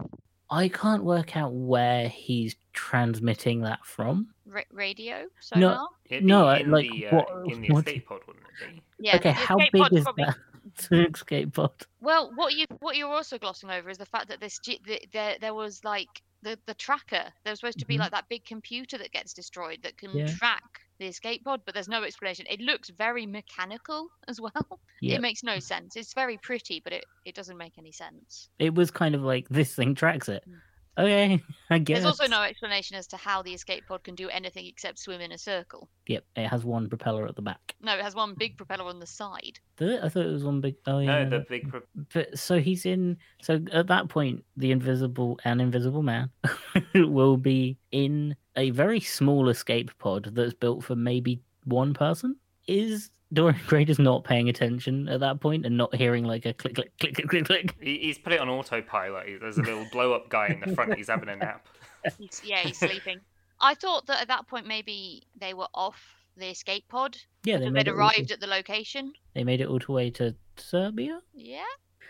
Speaker 2: I can't work out where he's transmitting that from.
Speaker 3: ra- radio sonar.
Speaker 2: No,
Speaker 1: It'd be
Speaker 2: No, I-
Speaker 1: in
Speaker 2: like,
Speaker 1: the, uh,
Speaker 2: what-
Speaker 1: in the
Speaker 2: what-
Speaker 1: escape pod, wouldn't it be?
Speaker 3: yeah
Speaker 2: okay,
Speaker 3: the
Speaker 2: how
Speaker 3: escape
Speaker 2: big
Speaker 3: pod's
Speaker 2: is
Speaker 3: probably-
Speaker 2: that? It's an escape pod.
Speaker 3: well what you what you're also glossing over is the fact that this ge- the, there there was like the, the tracker. There was supposed to be
Speaker 2: Mhm.
Speaker 3: like that big computer that gets destroyed that can
Speaker 2: Yeah.
Speaker 3: track the escape pod, but there's no explanation. It looks very mechanical as well.
Speaker 2: Yep.
Speaker 3: It makes no sense. It's very pretty, but it, it doesn't make any sense.
Speaker 2: It was kind of like this thing tracks it.
Speaker 3: Mm.
Speaker 2: Okay, I guess.
Speaker 3: There's also no explanation as to how the escape pod can do anything except swim in a circle.
Speaker 2: Yep, it has one propeller at the back.
Speaker 3: No, it has one big propeller on the side.
Speaker 2: Does it? I thought it was one big. Oh yeah.
Speaker 1: No, the
Speaker 2: that-
Speaker 1: big. Pro-
Speaker 2: But so he's in. So at that point, the invisible and invisible man will be in a very small escape pod that's built for maybe one person. Is Dorian Gray just not paying attention at that point and not hearing like a click, click, click, click, click, click?
Speaker 1: he- he's put it on autopilot. He- There's a little blow up guy in the front. He's having a nap.
Speaker 3: He's, yeah, he's sleeping. I thought that at that point maybe they were off the escape pod.
Speaker 2: Yeah, they
Speaker 3: that
Speaker 2: made it
Speaker 3: They'd
Speaker 2: all to-
Speaker 3: arrived at the location.
Speaker 2: they made it all the way to Serbia.
Speaker 3: Yeah.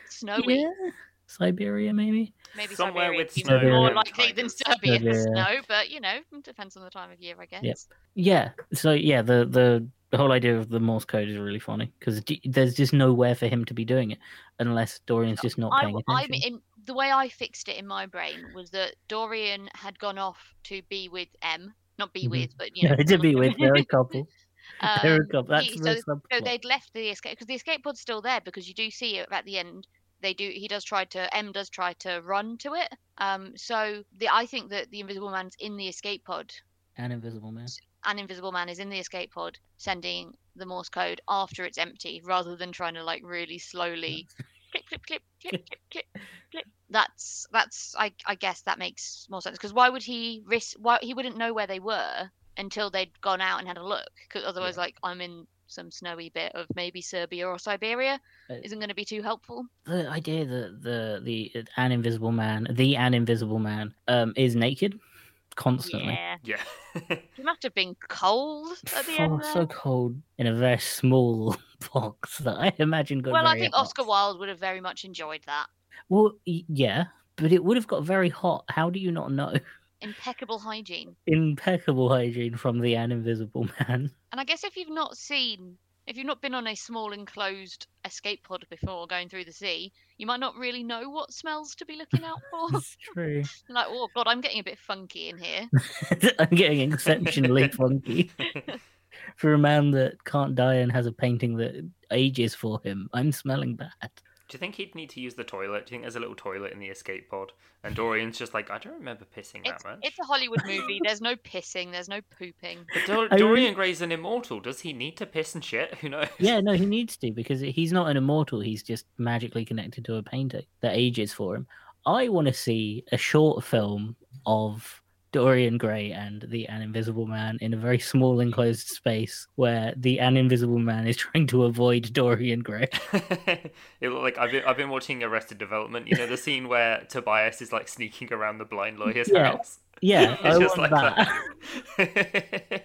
Speaker 3: Snowy.
Speaker 2: Yeah, Siberia maybe.
Speaker 3: Maybe
Speaker 1: Somewhere
Speaker 3: Siberia
Speaker 1: with
Speaker 3: seems
Speaker 2: snow
Speaker 3: more
Speaker 2: and
Speaker 3: likely than
Speaker 1: tigers.
Speaker 3: Serbia to
Speaker 2: Siberia.
Speaker 3: snow, but you know, depends on the time of year, I guess.
Speaker 2: Yeah. So yeah, the the the whole idea of the Morse code is really funny because there's just nowhere for him to be doing it unless Dorian's just not
Speaker 3: I,
Speaker 2: paying
Speaker 3: I
Speaker 2: attention.
Speaker 3: in, the way I fixed it in my brain was that Dorian had gone off to be with M, not be
Speaker 2: Mhm.
Speaker 3: with, but you know,
Speaker 2: to be
Speaker 3: someone-
Speaker 2: with, they're a couple. They're a
Speaker 3: Um,
Speaker 2: couple. That's
Speaker 3: he-
Speaker 2: the
Speaker 3: so,
Speaker 2: subplot.
Speaker 3: so they'd left the escape because the escape pod's still there because you do see it at the end. They do. He does try to. M does try to run to it. Um. So the I think that the Invisible Man's in the escape pod
Speaker 2: An invisible man.
Speaker 3: and Invisible Man is in the escape pod sending the Morse code after it's empty rather than trying to like really slowly clip clip clip clip clip clip clip. That's that's I I guess that makes more sense because why would he risk why he wouldn't know where they were until they'd gone out and had a look because otherwise like I'm in some snowy bit of maybe Serbia or Siberia
Speaker 2: Uh,
Speaker 3: isn't going to be too helpful.
Speaker 2: The idea that the the uh, an invisible man, the an invisible man, um, is naked constantly.
Speaker 3: Yeah,
Speaker 1: Yeah.
Speaker 3: it must have been cold at the
Speaker 2: Oh,
Speaker 3: end.
Speaker 2: so
Speaker 3: there.
Speaker 2: cold in a very small box that I imagine got
Speaker 3: well, I
Speaker 2: very
Speaker 3: think
Speaker 2: hot.
Speaker 3: Oscar Wilde would have very much enjoyed that.
Speaker 2: Well, y- yeah, but it would have got very hot. How do you not know?
Speaker 3: Impeccable hygiene.
Speaker 2: impeccable hygiene from the an invisible man.
Speaker 3: And I guess if you've not seen, if you've not been on a small enclosed escape pod before going through the sea, you might not really know what smells to be looking out for.
Speaker 2: It's true.
Speaker 3: like, oh god, I'm getting a bit funky in here.
Speaker 2: I'm getting exceptionally funky for a man that can't die and has a painting that ages for him. I'm smelling bad.
Speaker 1: Do you think he'd need to use the toilet? Do you think there's a little toilet in the escape pod? And Dorian's just like, I don't remember pissing
Speaker 3: It's,
Speaker 1: that much.
Speaker 3: it's a Hollywood movie. There's no pissing. There's no pooping.
Speaker 1: But Dor-
Speaker 2: I really-
Speaker 1: Dorian Gray's an immortal. Does he need to piss and shit? Who knows?
Speaker 2: Yeah, no, he needs to because he's not an immortal. He's just magically connected to a painting that ages for him. I want to see a short film of Dorian Gray and the An Invisible Man in a very small enclosed space where the An Invisible Man is trying to avoid Dorian Gray.
Speaker 1: it looked like I've been, I've been watching Arrested Development. You know the scene where Tobias is like sneaking around the blind lawyer's
Speaker 2: Yeah,
Speaker 1: house.
Speaker 2: Yeah,
Speaker 1: It's
Speaker 2: I
Speaker 1: just
Speaker 2: want
Speaker 1: like
Speaker 2: that.
Speaker 1: that.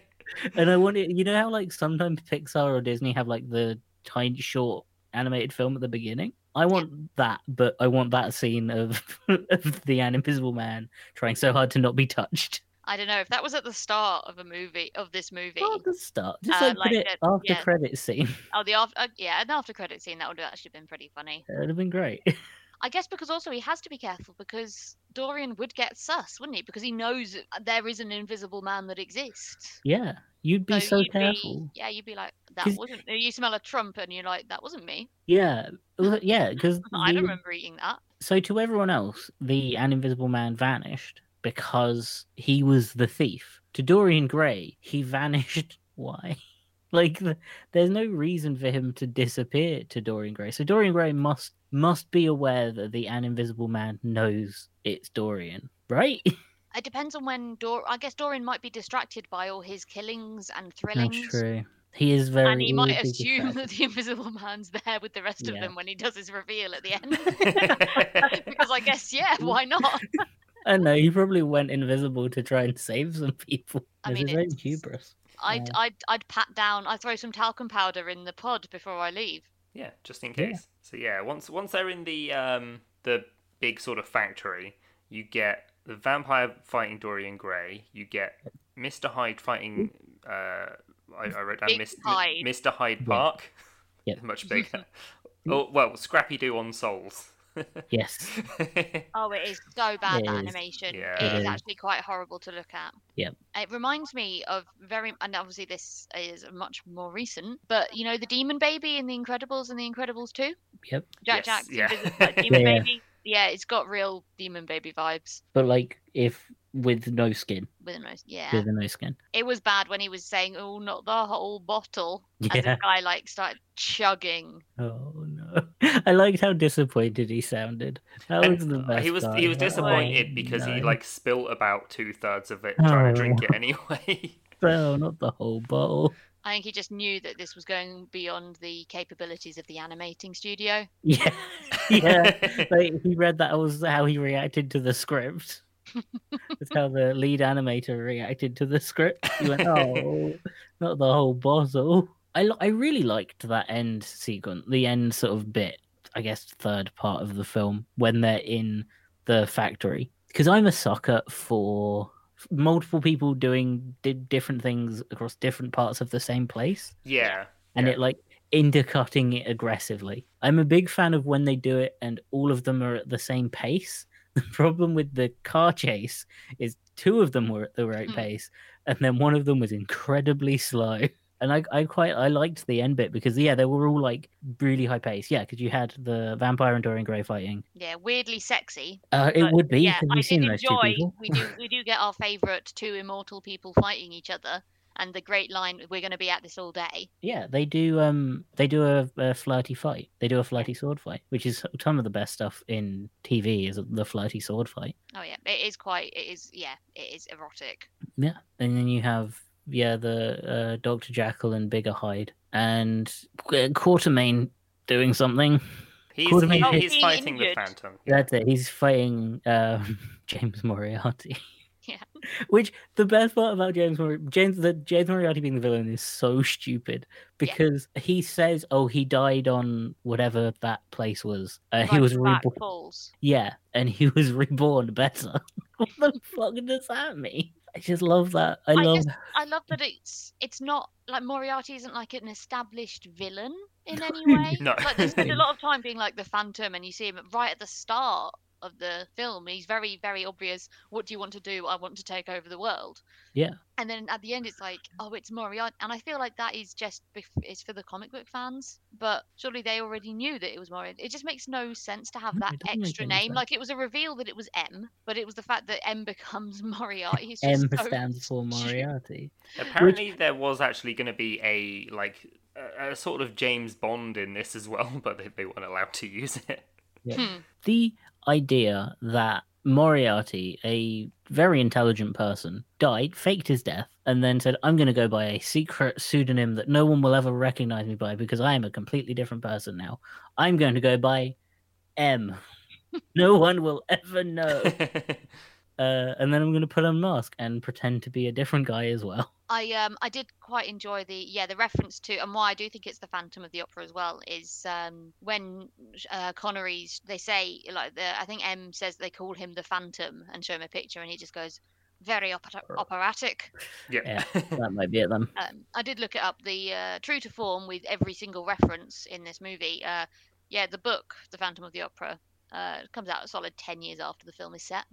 Speaker 2: and I want it. You know how like sometimes Pixar or Disney have like the tiny short animated film at the beginning. I want that, but I want that scene of of the an invisible man trying so hard to not be touched.
Speaker 3: I don't know if that was at the start of a movie of this movie.
Speaker 2: Well, at the Oh, start, just
Speaker 3: Uh,
Speaker 2: like, put
Speaker 3: like
Speaker 2: it
Speaker 3: that-
Speaker 2: after
Speaker 3: yeah.
Speaker 2: credit scene.
Speaker 3: Oh, the after uh, yeah, an after credit scene that would have actually been pretty funny.
Speaker 2: It would have been great.
Speaker 3: I guess because also he has to be careful because Dorian would get sus, wouldn't he? Because he knows there is an invisible man that exists.
Speaker 2: yeah, you'd be so
Speaker 3: you'd
Speaker 2: careful.
Speaker 3: yeah, you'd be like, that
Speaker 2: 'Cause-
Speaker 3: wasn't. You smell a trump, and you're like, that wasn't me.
Speaker 2: Yeah, well, yeah, because
Speaker 3: I don't remember eating that.
Speaker 2: so to everyone else, the an invisible man vanished because he was the thief. To Dorian Gray, he vanished. Why? Like, th- there's no reason for him to disappear to Dorian Gray. So Dorian Gray must must be aware that the an invisible man knows it's Dorian, right?
Speaker 3: It depends on when Dor. I guess Dorian might be distracted by all his killings and
Speaker 2: That's
Speaker 3: thrillings,
Speaker 2: true. He is very.
Speaker 3: and he might
Speaker 2: is a
Speaker 3: assume
Speaker 2: distraction.
Speaker 3: that the Invisible Man's there with the rest of
Speaker 2: Yeah.
Speaker 3: them when he does his reveal at the end. because I guess, yeah, why not?
Speaker 2: I don't know. He probably went invisible to try and save some people.
Speaker 3: I
Speaker 2: There's
Speaker 3: mean,
Speaker 2: his own
Speaker 3: it's-
Speaker 2: hubris.
Speaker 3: I'd,
Speaker 2: Yeah.
Speaker 3: I'd, I'd pat down. I'd throw some talcum powder in the pod before I leave.
Speaker 1: yeah, just in
Speaker 2: Yeah.
Speaker 1: case. So yeah, once once they're in the um the big sort of factory, you get the vampire fighting Dorian Gray. You get Mister Hyde fighting. Uh, I, I wrote down
Speaker 3: Big
Speaker 1: Mister
Speaker 3: Hyde.
Speaker 1: Mister Hyde
Speaker 2: Yeah. Mm.
Speaker 1: Park.
Speaker 2: Yeah.
Speaker 1: much bigger. oh well, Scrappy Doo on Souls.
Speaker 2: Yes.
Speaker 3: Oh, it is so bad
Speaker 2: It
Speaker 3: that
Speaker 2: is.
Speaker 3: animation.
Speaker 1: Yeah.
Speaker 3: It
Speaker 2: It
Speaker 3: is
Speaker 2: is.
Speaker 3: actually quite horrible to look at.
Speaker 2: Yep.
Speaker 3: It reminds me of very, and obviously this is much more recent, but you know the Demon Baby in The Incredibles and The Incredibles Two.
Speaker 2: Yep.
Speaker 1: Yes,
Speaker 3: Jack Jackson
Speaker 1: yeah.
Speaker 3: visits that Demon
Speaker 2: Yeah.
Speaker 3: Baby. Yeah, it's got real Demon Baby vibes.
Speaker 2: But like if with no skin,
Speaker 3: With most, yeah.
Speaker 2: with no skin.
Speaker 3: It was bad when he was saying, "Oh, not the whole bottle," and
Speaker 2: Yeah.
Speaker 3: the guy like started chugging.
Speaker 2: Oh no! I liked how disappointed he sounded. That was the
Speaker 1: And
Speaker 2: best.
Speaker 1: he was
Speaker 2: part.
Speaker 1: he was
Speaker 2: Oh,
Speaker 1: disappointed because he
Speaker 2: no.
Speaker 1: like spilt about two thirds of it trying to
Speaker 2: Oh,
Speaker 1: drink it anyway.
Speaker 2: no, not the whole bottle.
Speaker 3: I think he just knew that this was going beyond the capabilities of the animating studio.
Speaker 2: Yeah, yeah. like he read that was how he reacted to the script. That's how the lead animator reacted to the script. He went, "Oh, not the whole bottle." I li- I really liked that end sequence, the end sort of bit. I guess third part of the film when they're in the factory because I'm a sucker for multiple people doing di- different things across different parts of the same place
Speaker 1: yeah.
Speaker 2: and
Speaker 1: Yeah.
Speaker 2: it like intercutting it aggressively. I'm a big fan of when they do it and all of them are at the same pace. The problem with the car chase is two of them were at the right
Speaker 3: Hmm.
Speaker 2: pace and then one of them was incredibly slow. And I, I quite I liked the end bit because yeah they were all like really high pace yeah because you had the vampire and Dorian Gray fighting
Speaker 3: Yeah, weirdly sexy.
Speaker 2: uh, it
Speaker 3: But,
Speaker 2: would be
Speaker 3: yeah,
Speaker 2: because
Speaker 3: I
Speaker 2: we've seen
Speaker 3: did
Speaker 2: those two
Speaker 3: enjoy.
Speaker 2: people
Speaker 3: we do we do get our favourite two immortal people fighting each other, and the great line, "We're going to be at this all day."
Speaker 2: yeah they do um they do a, a flirty fight they do a flirty sword fight which is some of the best stuff in TV is the flirty sword fight
Speaker 3: Oh yeah, it is quite. It is yeah, it is erotic.
Speaker 2: Yeah, and then you have yeah the uh, Doctor Jackal and Bigger Hyde and Qu- Quatermain doing something.
Speaker 1: He's,
Speaker 2: Could have
Speaker 1: he-
Speaker 2: been
Speaker 1: he's
Speaker 3: hit.
Speaker 1: fighting the
Speaker 3: Injured.
Speaker 1: Phantom.
Speaker 2: That's it. He's fighting um, James Moriarty.
Speaker 3: Yeah.
Speaker 2: Which the best part about James Mor- James the James Moriarty being the villain is so stupid
Speaker 3: Yeah.
Speaker 2: because he says, "Oh, he died on whatever that place was. Uh, he
Speaker 3: Like
Speaker 2: was
Speaker 3: Black
Speaker 2: reborn.
Speaker 3: Falls.
Speaker 2: Yeah, and he was reborn better. what the fuck does that mean? I just love that. I,
Speaker 3: I
Speaker 2: love
Speaker 3: just- I love that it's it's not like Moriarty isn't like an established villain in any way.
Speaker 1: No.
Speaker 3: Like they spend a lot of time being like the Phantom, and you see him right at the start of the film. He's very very obvious. What do you want to do? I want to take over the world.
Speaker 2: Yeah.
Speaker 3: And then at the end, it's like, oh, it's Moriarty, and I feel like that is just bef- it's for the comic book fans. But surely they already knew that it was Moriarty. It just makes no sense to have
Speaker 2: No,
Speaker 3: that
Speaker 2: it doesn't make
Speaker 3: extra
Speaker 2: any
Speaker 3: name.
Speaker 2: sense.
Speaker 3: Like it was a reveal that it was M, but it was the fact that M becomes Moriarty. It's just
Speaker 2: M
Speaker 3: so
Speaker 2: stands for
Speaker 3: stupid.
Speaker 2: Moriarty.
Speaker 1: Apparently, there was actually going to be a like a, a sort of James Bond in this as well, but they, they weren't allowed to use it.
Speaker 3: Hmm.
Speaker 2: The idea that Moriarty, a very intelligent person, died, faked his death, and then said, I'm going to go by a secret pseudonym that no one will ever recognize me by because I am a completely different person now. I'm going to go by M. no one will ever know. Uh, and then I'm going to put on a mask and pretend to be a different guy as well.
Speaker 3: I um I did quite enjoy the yeah the reference to and why I do think it's the Phantom of the Opera as well is um when uh, Connery's they say like the I think M says they call him the Phantom and show him a picture and he just goes very opera- operatic.
Speaker 1: yeah.
Speaker 2: That might be it then.
Speaker 3: Um, I did look it up the uh, true to form with every single reference in this movie. Uh, yeah, the book The Phantom of the Opera uh, comes out a solid ten years after the film is set,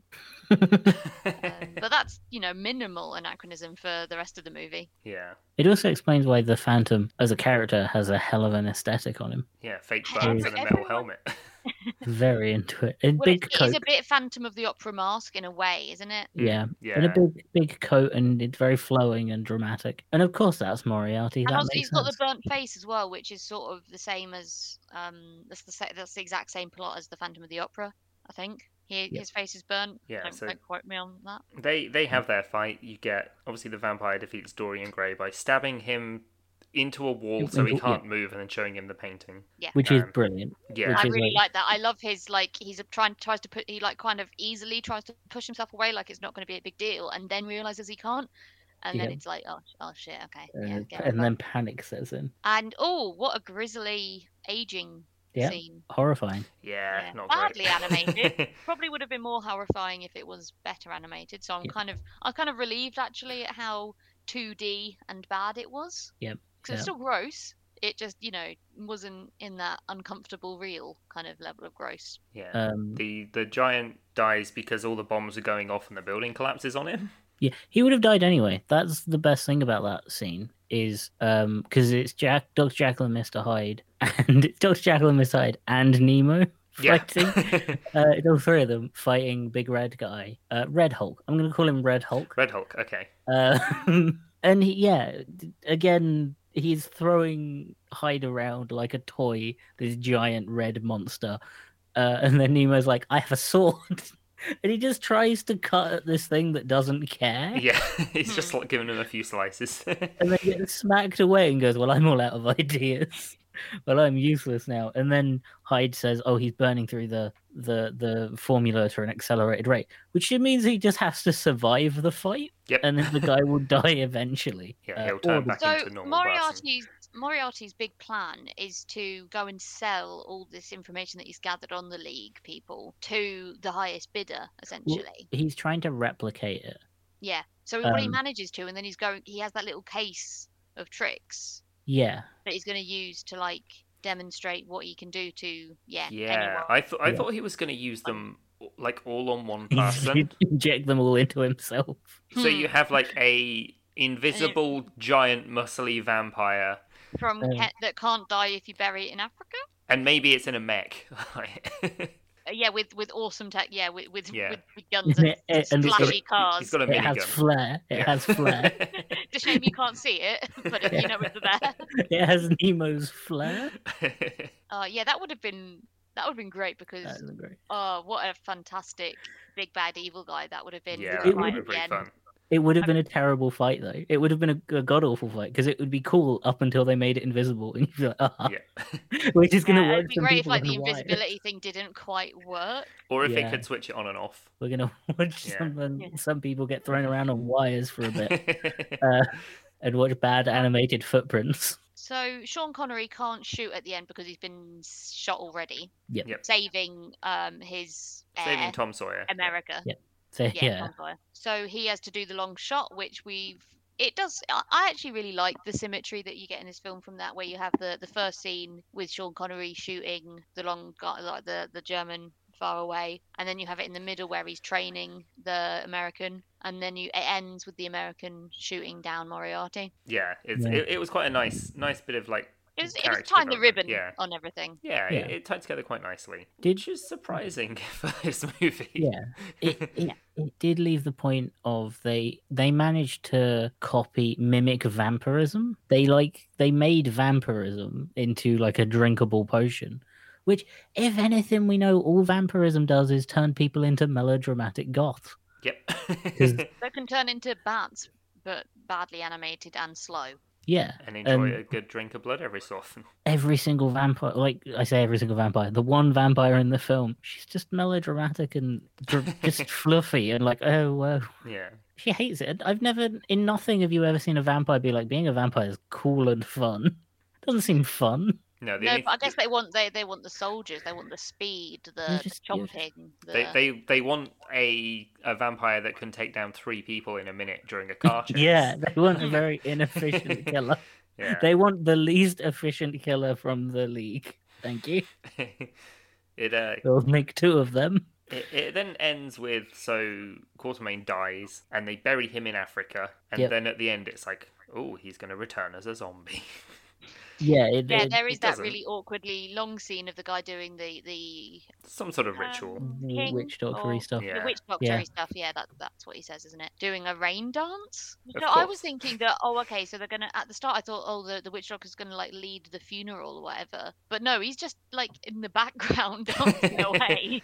Speaker 3: um, but that's you know minimal anachronism for the rest of the movie.
Speaker 1: yeah.
Speaker 2: It also explains why the Phantom, as a character, has a hell of an aesthetic on him.
Speaker 1: Yeah. Fake
Speaker 3: Hey,
Speaker 1: birds and a metal
Speaker 3: everyone-
Speaker 1: helmet.
Speaker 2: Very into it. And
Speaker 3: Well,
Speaker 2: big
Speaker 3: it's, it
Speaker 2: coat.
Speaker 3: is a bit Phantom of the Opera mask in a way, isn't it?
Speaker 2: Yeah, and
Speaker 1: yeah.
Speaker 2: a big, big coat, and it's very flowing and dramatic. And of course, that's Moriarty.
Speaker 3: And
Speaker 2: that
Speaker 3: also,
Speaker 2: makes
Speaker 3: he's got the
Speaker 2: sense.
Speaker 3: burnt face as well, which is sort of the same as um, that's the sa- that's the exact same plot as the Phantom of the Opera, I think. He,
Speaker 2: Yeah.
Speaker 3: His face is burnt.
Speaker 1: Yeah,
Speaker 3: don't,
Speaker 1: so-
Speaker 3: don't quote me on that.
Speaker 1: They they have their fight. You get obviously the vampire defeats Dorian Gray by stabbing him into a wall so he
Speaker 2: Into-
Speaker 1: can't move, and then showing him the painting.
Speaker 2: which is
Speaker 1: um,
Speaker 2: brilliant.
Speaker 1: Yeah.
Speaker 2: Which
Speaker 3: I
Speaker 2: is
Speaker 3: really
Speaker 2: like-
Speaker 3: like that. I love his like he's a- trying tries to put he like kind of easily tries to push himself away like it's not going to be a big deal, and then realizes he can't, and then
Speaker 2: Yeah.
Speaker 3: it's like oh sh- oh shit okay
Speaker 2: Uh,
Speaker 3: yeah get
Speaker 2: and
Speaker 3: over.
Speaker 2: then panic sets in.
Speaker 3: and oh what a grisly aging
Speaker 2: Yeah.
Speaker 3: scene.
Speaker 2: Horrifying.
Speaker 1: Yeah,
Speaker 3: Yeah.
Speaker 1: not
Speaker 3: Badly
Speaker 1: great.
Speaker 3: animated. probably would have been more horrifying if it was better animated. So I'm
Speaker 2: Yeah.
Speaker 3: kind of I'm kind of relieved actually at how 2D and bad it was.
Speaker 2: Yep,
Speaker 3: Because it's
Speaker 2: yeah.
Speaker 3: still gross. it just you know wasn't in that uncomfortable real kind of level of gross.
Speaker 1: Yeah.
Speaker 2: Um,
Speaker 1: the the giant dies because all the bombs are going off and the building collapses on him.
Speaker 2: Yeah, he would have died anyway. That's the best thing about that scene is um because it's Jack, Doctor Jackal, and Mister Hyde, and it's Doctor Jackal and Mister Hyde and Nemo fighting.
Speaker 1: Yeah.
Speaker 2: uh, it's all three of them fighting Big Red Guy, uh, Red Hulk. I'm gonna call him Red Hulk.
Speaker 1: Red Hulk. Okay.
Speaker 2: Uh, and he, yeah, d- again, he's throwing Hyde around like a toy, this giant red monster. Uh, and then Nemo's like, I have a sword. and he just tries to cut at this thing that doesn't care.
Speaker 1: Yeah. He's just like giving him a few slices.
Speaker 2: And then gets smacked away and goes, Well, I'm all out of ideas. well, I'm useless now. And then Hyde says, Oh, he's burning through the, the, the formula to an accelerated rate, which means he just has to survive the fight.
Speaker 1: Yep.
Speaker 2: And then the guy will die eventually. Uh,
Speaker 1: Yeah, he'll turn
Speaker 2: or the
Speaker 1: back
Speaker 3: So
Speaker 1: into normal person.
Speaker 3: Moriarty's Moriarty's big plan is to go and sell all this information that he's gathered on the league people to the highest bidder, essentially.
Speaker 2: he's trying to replicate it.
Speaker 3: yeah. So he, well, he
Speaker 2: um,
Speaker 3: manages to, and then he's going. He has that little case of tricks
Speaker 2: Yeah.
Speaker 3: that he's going to use to like demonstrate what he can do to yeah.
Speaker 1: Yeah.
Speaker 3: anyone.
Speaker 1: I thought I
Speaker 2: Yeah.
Speaker 1: thought he was going to use them like all on one
Speaker 2: He's
Speaker 1: person.
Speaker 2: inject them all into himself.
Speaker 1: so you have like a invisible giant muscly vampire
Speaker 3: from
Speaker 2: Um,
Speaker 3: ca- that can't die if you bury it in Africa.
Speaker 1: and maybe it's in a mech.
Speaker 3: Uh, yeah, with with awesome tech. Yeah, with with,
Speaker 1: Yeah.
Speaker 3: with, with guns and,
Speaker 2: eh, And it's got-
Speaker 3: flashy cars.
Speaker 1: He's got a
Speaker 2: It has
Speaker 1: minigun.
Speaker 2: flair. It
Speaker 1: Yeah.
Speaker 2: has flair.
Speaker 3: It's a shame you can't see it, but you know it's there.
Speaker 2: it has Nemo's flair.
Speaker 3: Uh, yeah, that would have been that would have been great because
Speaker 2: That's great.
Speaker 3: uh, what a fantastic big bad evil guy that would have been.
Speaker 1: yeah,
Speaker 3: with
Speaker 1: that
Speaker 2: It
Speaker 3: Ryan
Speaker 1: would
Speaker 2: would've
Speaker 1: be pretty
Speaker 3: again.
Speaker 1: fun.
Speaker 2: It would have been a terrible fight, though. It would have been a, a god awful fight because it would be cool up until they made it invisible, and you'd be like, "Ah,
Speaker 1: Yeah.
Speaker 2: we're just going to
Speaker 3: Yeah,
Speaker 2: work
Speaker 3: it'd be
Speaker 2: some
Speaker 3: great if
Speaker 2: people
Speaker 3: like the
Speaker 2: on wires.
Speaker 3: invisibility thing didn't quite work.
Speaker 1: Or if
Speaker 2: Yeah.
Speaker 1: it could switch it on and off.
Speaker 2: We're going to watch
Speaker 1: Yeah.
Speaker 2: some um,
Speaker 3: Yeah.
Speaker 2: some people get thrown around on wires for a bit and watch bad animated footprints."
Speaker 3: So Sean Connery can't shoot at the end because he's been shot already,
Speaker 2: Yep.
Speaker 1: Yep.
Speaker 3: saving um his heir,
Speaker 1: Saving Tom Sawyer.
Speaker 3: America.
Speaker 2: So yeah,
Speaker 3: yeah, Bonfire. So he has to do the long shot, which we've. It does. I I actually really like the symmetry that you get in this film from that, where you have the the first scene with Sean Connery shooting the long guy, like the the German far away, and then you have it in the middle where he's training the American, and then you it ends with the American shooting down Moriarty.
Speaker 1: Yeah, it's,
Speaker 2: Yeah.
Speaker 1: It, it was quite a nice nice bit of like
Speaker 3: It was, it was
Speaker 1: Character
Speaker 3: tying the ribbon
Speaker 1: development, yeah.
Speaker 3: on everything.
Speaker 1: yeah,
Speaker 2: Yeah.
Speaker 1: It, it tied together quite nicely.
Speaker 2: Did-
Speaker 1: which is surprising for this movie.
Speaker 2: Yeah, it, it, it did leave the point of they they managed to copy mimic vampirism they like they made vampirism into like a drinkable potion which if anything we know all vampirism does is turn people into melodramatic goth
Speaker 1: yep.
Speaker 3: They can turn into bats, but badly animated and slow.
Speaker 2: yeah
Speaker 1: and enjoy
Speaker 2: Um,
Speaker 1: a good drink of blood every so often.
Speaker 2: every single vampire like i say every single vampire the one vampire in the film she's just melodramatic and dr- just fluffy and like oh whoa
Speaker 1: Yeah.
Speaker 2: She hates it. I've never, in nothing have you ever seen a vampire be like, being a vampire is cool and fun. Doesn't seem fun.
Speaker 1: No, the
Speaker 3: No,
Speaker 1: only
Speaker 3: but I guess they want they, they want the soldiers, they want the speed, the, the
Speaker 2: just- you're just-
Speaker 3: chomping. The...
Speaker 1: they, they they want a a vampire that can take down three people in a minute during a car chase.
Speaker 2: Yeah, they want a very inefficient killer.
Speaker 1: Yeah.
Speaker 2: They want the least efficient killer from the league. Thank you.
Speaker 1: it uh,
Speaker 2: We'll make two of them.
Speaker 1: It, it then ends with so Quatermain dies and they bury him in Africa, and
Speaker 2: Yep.
Speaker 1: then at the end it's like, oh, he's going to return as a zombie.
Speaker 2: Yeah, it,
Speaker 3: Yeah,
Speaker 2: it-
Speaker 3: there is
Speaker 1: it
Speaker 3: that
Speaker 1: doesn't.
Speaker 3: really awkwardly long scene of the guy doing the the,
Speaker 1: Some sort of ritual.
Speaker 3: Um,
Speaker 2: the
Speaker 3: King
Speaker 2: witch doctory
Speaker 3: or-
Speaker 2: stuff.
Speaker 1: Yeah.
Speaker 3: the witch doctor
Speaker 2: Yeah.
Speaker 3: stuff. Yeah, that that's what he says, isn't it? Doing a rain dance.
Speaker 1: Of
Speaker 3: So I was
Speaker 1: course.
Speaker 3: thinking that oh, okay, so they're gonna at the start I thought oh the the witch doctor's gonna like lead the funeral or whatever, but no, he's just like in the background dancing away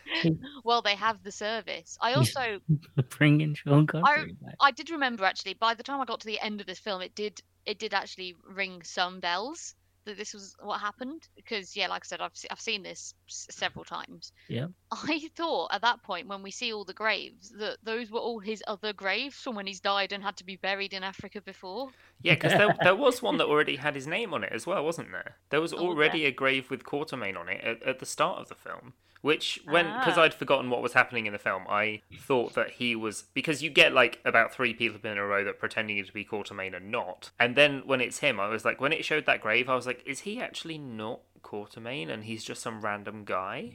Speaker 3: while they have the service. I also
Speaker 2: Bringing Sean Connery back.
Speaker 3: I did remember actually. By the time I got to the end of this film, it did it did actually ring some bells that this was what happened. Because yeah, like I said, I've se- I've seen this s- several times.
Speaker 2: Yeah.
Speaker 3: I thought at that point when we see all the graves that those were all his other graves from when he's died and had to be buried in Africa before.
Speaker 1: Yeah, because there, there was one that already had his name on it as well, wasn't there? There was
Speaker 3: Oh, was there?
Speaker 1: already a grave with Quatermain on it at, at the start of the film, Which when because
Speaker 3: Ah.
Speaker 1: I'd forgotten what was happening in the film, I thought that he was because you get like about three people in a row that pretending to be Quatermain are not, and then when it's him, I was like, when it showed that grave, I was like, is he actually not Quatermain and he's just some random guy?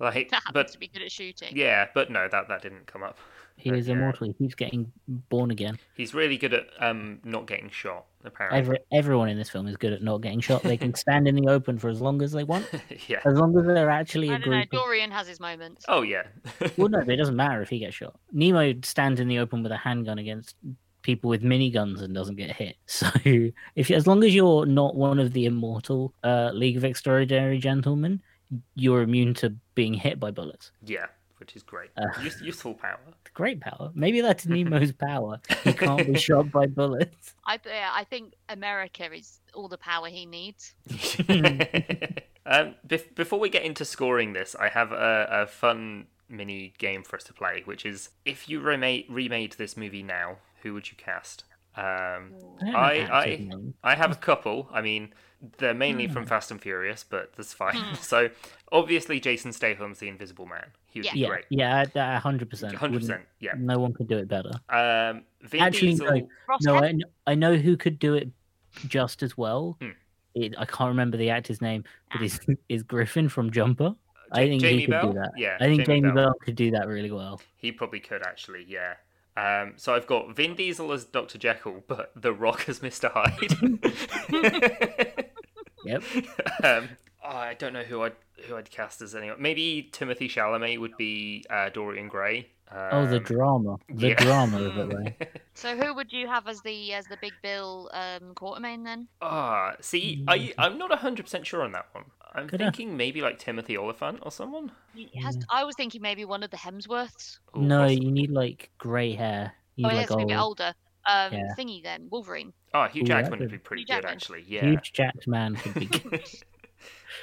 Speaker 1: Like,
Speaker 3: That happens
Speaker 1: but
Speaker 3: to be good at shooting.
Speaker 1: yeah, but no, that that didn't come up.
Speaker 2: He
Speaker 1: But
Speaker 2: is
Speaker 1: yeah.
Speaker 2: immortal. He keeps getting born again.
Speaker 1: He's really good at um not getting shot. Apparently,
Speaker 2: Every, everyone in this film is good at not getting shot. They can stand in the open for as long as they want,
Speaker 1: yeah.
Speaker 2: as long as they're actually
Speaker 3: I
Speaker 2: a
Speaker 3: don't know.
Speaker 2: group. of-
Speaker 3: Dorian has his moments.
Speaker 1: Oh yeah.
Speaker 2: Well, no, but it doesn't matter if he gets shot. Nemo stands in the open with a handgun against people with miniguns and doesn't get hit. So, if as long as you're not one of the immortal uh, League of Extraordinary Gentlemen, you're immune to being hit by bullets.
Speaker 1: yeah, which is great.
Speaker 2: Uh.
Speaker 1: Use, useful power.
Speaker 2: Great power. Maybe that's Nemo's power. He can't be shot by bullets.
Speaker 3: I yeah, I think America is all the power he needs.
Speaker 1: um, bef- before we get into scoring this, I have a, a fun mini game for us to play, which is if you remade, remade this movie now, who would you cast? Um,
Speaker 2: don't know
Speaker 1: I-
Speaker 2: actors'
Speaker 1: I-
Speaker 2: names.
Speaker 1: I have a couple. I mean, they're mainly from
Speaker 2: Hmm.
Speaker 1: Fast and Furious, but that's fine. so obviously, Jason Statham's the Invisible Man. He would
Speaker 3: Yeah.
Speaker 1: be
Speaker 2: yeah,
Speaker 1: great.
Speaker 2: yeah, I- I- a hundred percent.
Speaker 1: Hundred
Speaker 2: wouldn't-
Speaker 1: percent. Yeah.
Speaker 2: No one could do it better.
Speaker 1: Um, Vin
Speaker 2: Actually, no.
Speaker 1: Diesel.
Speaker 3: Ross
Speaker 2: No, I,
Speaker 3: Kemp?
Speaker 2: kn- I know who could do it just as well.
Speaker 1: Hmm. Ah.
Speaker 2: It, I can't remember the actor's name, but is is Griffin from Jumper?
Speaker 1: Uh,
Speaker 2: I
Speaker 1: Ja-
Speaker 2: think
Speaker 1: Jamie
Speaker 2: he could
Speaker 1: Bell.
Speaker 2: do that.
Speaker 1: Yeah.
Speaker 2: I think Jamie, Bell. could do that really well.
Speaker 1: He probably could actually, yeah. Um, so I've got Vin Diesel as Dr. Jekyll, but The Rock as Mr. Hyde.
Speaker 2: Yep.
Speaker 1: um, I don't know who I'd who I'd cast as anyone. Maybe Timothy Chalamet would be uh, Dorian Gray. Um,
Speaker 2: oh, the drama, the
Speaker 1: yeah.
Speaker 2: drama of it. Though.
Speaker 3: So who would you have as the as the big bill um, quartermain then?
Speaker 1: Ah,
Speaker 2: Mm.
Speaker 1: see, I I'm not hundred percent sure on that one. I'm
Speaker 2: Good enough.
Speaker 1: thinking maybe like Timothy Oliphant or someone.
Speaker 3: He has- I was thinking maybe one of the Hemsworths.
Speaker 1: Ooh,
Speaker 2: no,
Speaker 1: poss-
Speaker 2: you need like grey hair. You
Speaker 3: Oh,
Speaker 2: need
Speaker 3: yeah,
Speaker 2: like
Speaker 3: it's a bit
Speaker 2: old,
Speaker 3: older. Um,
Speaker 2: Yeah.
Speaker 3: Thingy then, Wolverine.
Speaker 1: Ah,
Speaker 2: Ooh,
Speaker 1: Hugh
Speaker 2: that
Speaker 1: Jackman would
Speaker 2: could-
Speaker 1: be pretty
Speaker 3: Hugh
Speaker 1: good
Speaker 3: Jackman.
Speaker 1: actually. Yeah.
Speaker 2: huge jacked man could be. good.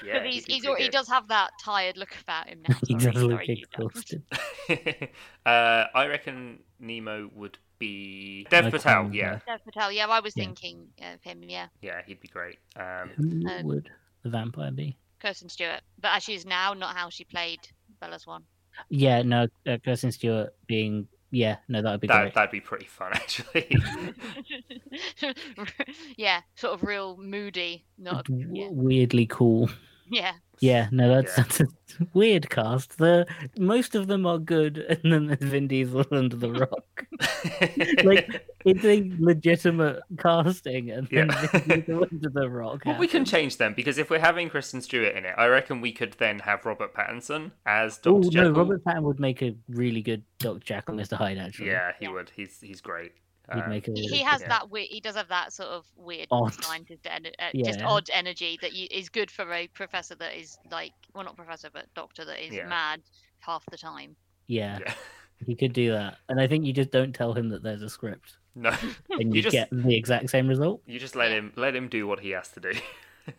Speaker 1: yeah.
Speaker 3: but
Speaker 1: he'd
Speaker 3: he's,
Speaker 1: be
Speaker 3: he's,
Speaker 1: pretty
Speaker 3: al- he
Speaker 1: good.
Speaker 3: does have that tired look about him now.
Speaker 2: he
Speaker 3: Sorry,
Speaker 2: does look
Speaker 3: sorry, you don't.
Speaker 2: exhausted.
Speaker 1: uh, I reckon Nemo would be Dev
Speaker 2: I
Speaker 1: Patel.
Speaker 2: can't
Speaker 1: Yeah,
Speaker 2: remember.
Speaker 3: Dev Patel, yeah, I was
Speaker 2: Yeah.
Speaker 3: thinking of him, yeah.
Speaker 1: yeah, he'd be great. Um,
Speaker 2: Who
Speaker 3: Uh,
Speaker 2: would the vampire be?
Speaker 3: Kirsten Stewart. But as she is now, not how she played Bella's one.
Speaker 2: Yeah, no, uh, Kirsten Stewart being. Yeah, no, that would be
Speaker 1: that
Speaker 2: great.
Speaker 1: that'd be pretty fun actually.
Speaker 3: yeah, sort of real moody, not
Speaker 2: W-
Speaker 3: Oh, yeah.
Speaker 2: Weirdly cool.
Speaker 3: yeah.
Speaker 2: Yeah, no, that's,
Speaker 1: Yeah.
Speaker 2: that's a weird cast. The most of them are good, and then there's Vin Diesel and The Rock. Like- it's a legitimate casting, and then
Speaker 1: Yeah.
Speaker 2: Vin Diesel and The Rock.
Speaker 1: well, we can
Speaker 2: happen.
Speaker 1: change them because if we're having Kristen Stewart in it, I reckon we could then have Robert Pattinson as Doctor
Speaker 2: Ooh, Oh, no,
Speaker 1: Jekyll.
Speaker 2: Robert Pattinson would make a really good Dr. Jack and Mr. Hyde. Actually,
Speaker 1: Yeah, he
Speaker 3: Yeah.
Speaker 1: would. He's he's great.
Speaker 2: he'd
Speaker 1: Um,
Speaker 2: make a
Speaker 3: He,
Speaker 2: really
Speaker 3: he has
Speaker 1: yeah.
Speaker 3: that weird. He does have that sort of weird
Speaker 2: Odd.
Speaker 3: scientist, en- uh, just
Speaker 2: Yeah.
Speaker 3: odd energy that you, is good for a professor that is like, well, not professor, but doctor that is
Speaker 1: Yeah.
Speaker 3: mad half the time.
Speaker 2: yeah,
Speaker 1: yeah.
Speaker 2: he could do that. And I think you just don't tell him that there's a script,
Speaker 1: No,
Speaker 2: and
Speaker 1: You
Speaker 2: you,
Speaker 1: just-
Speaker 2: get the exact same result.
Speaker 1: you just let
Speaker 3: Yeah.
Speaker 1: him let him do what he has to do.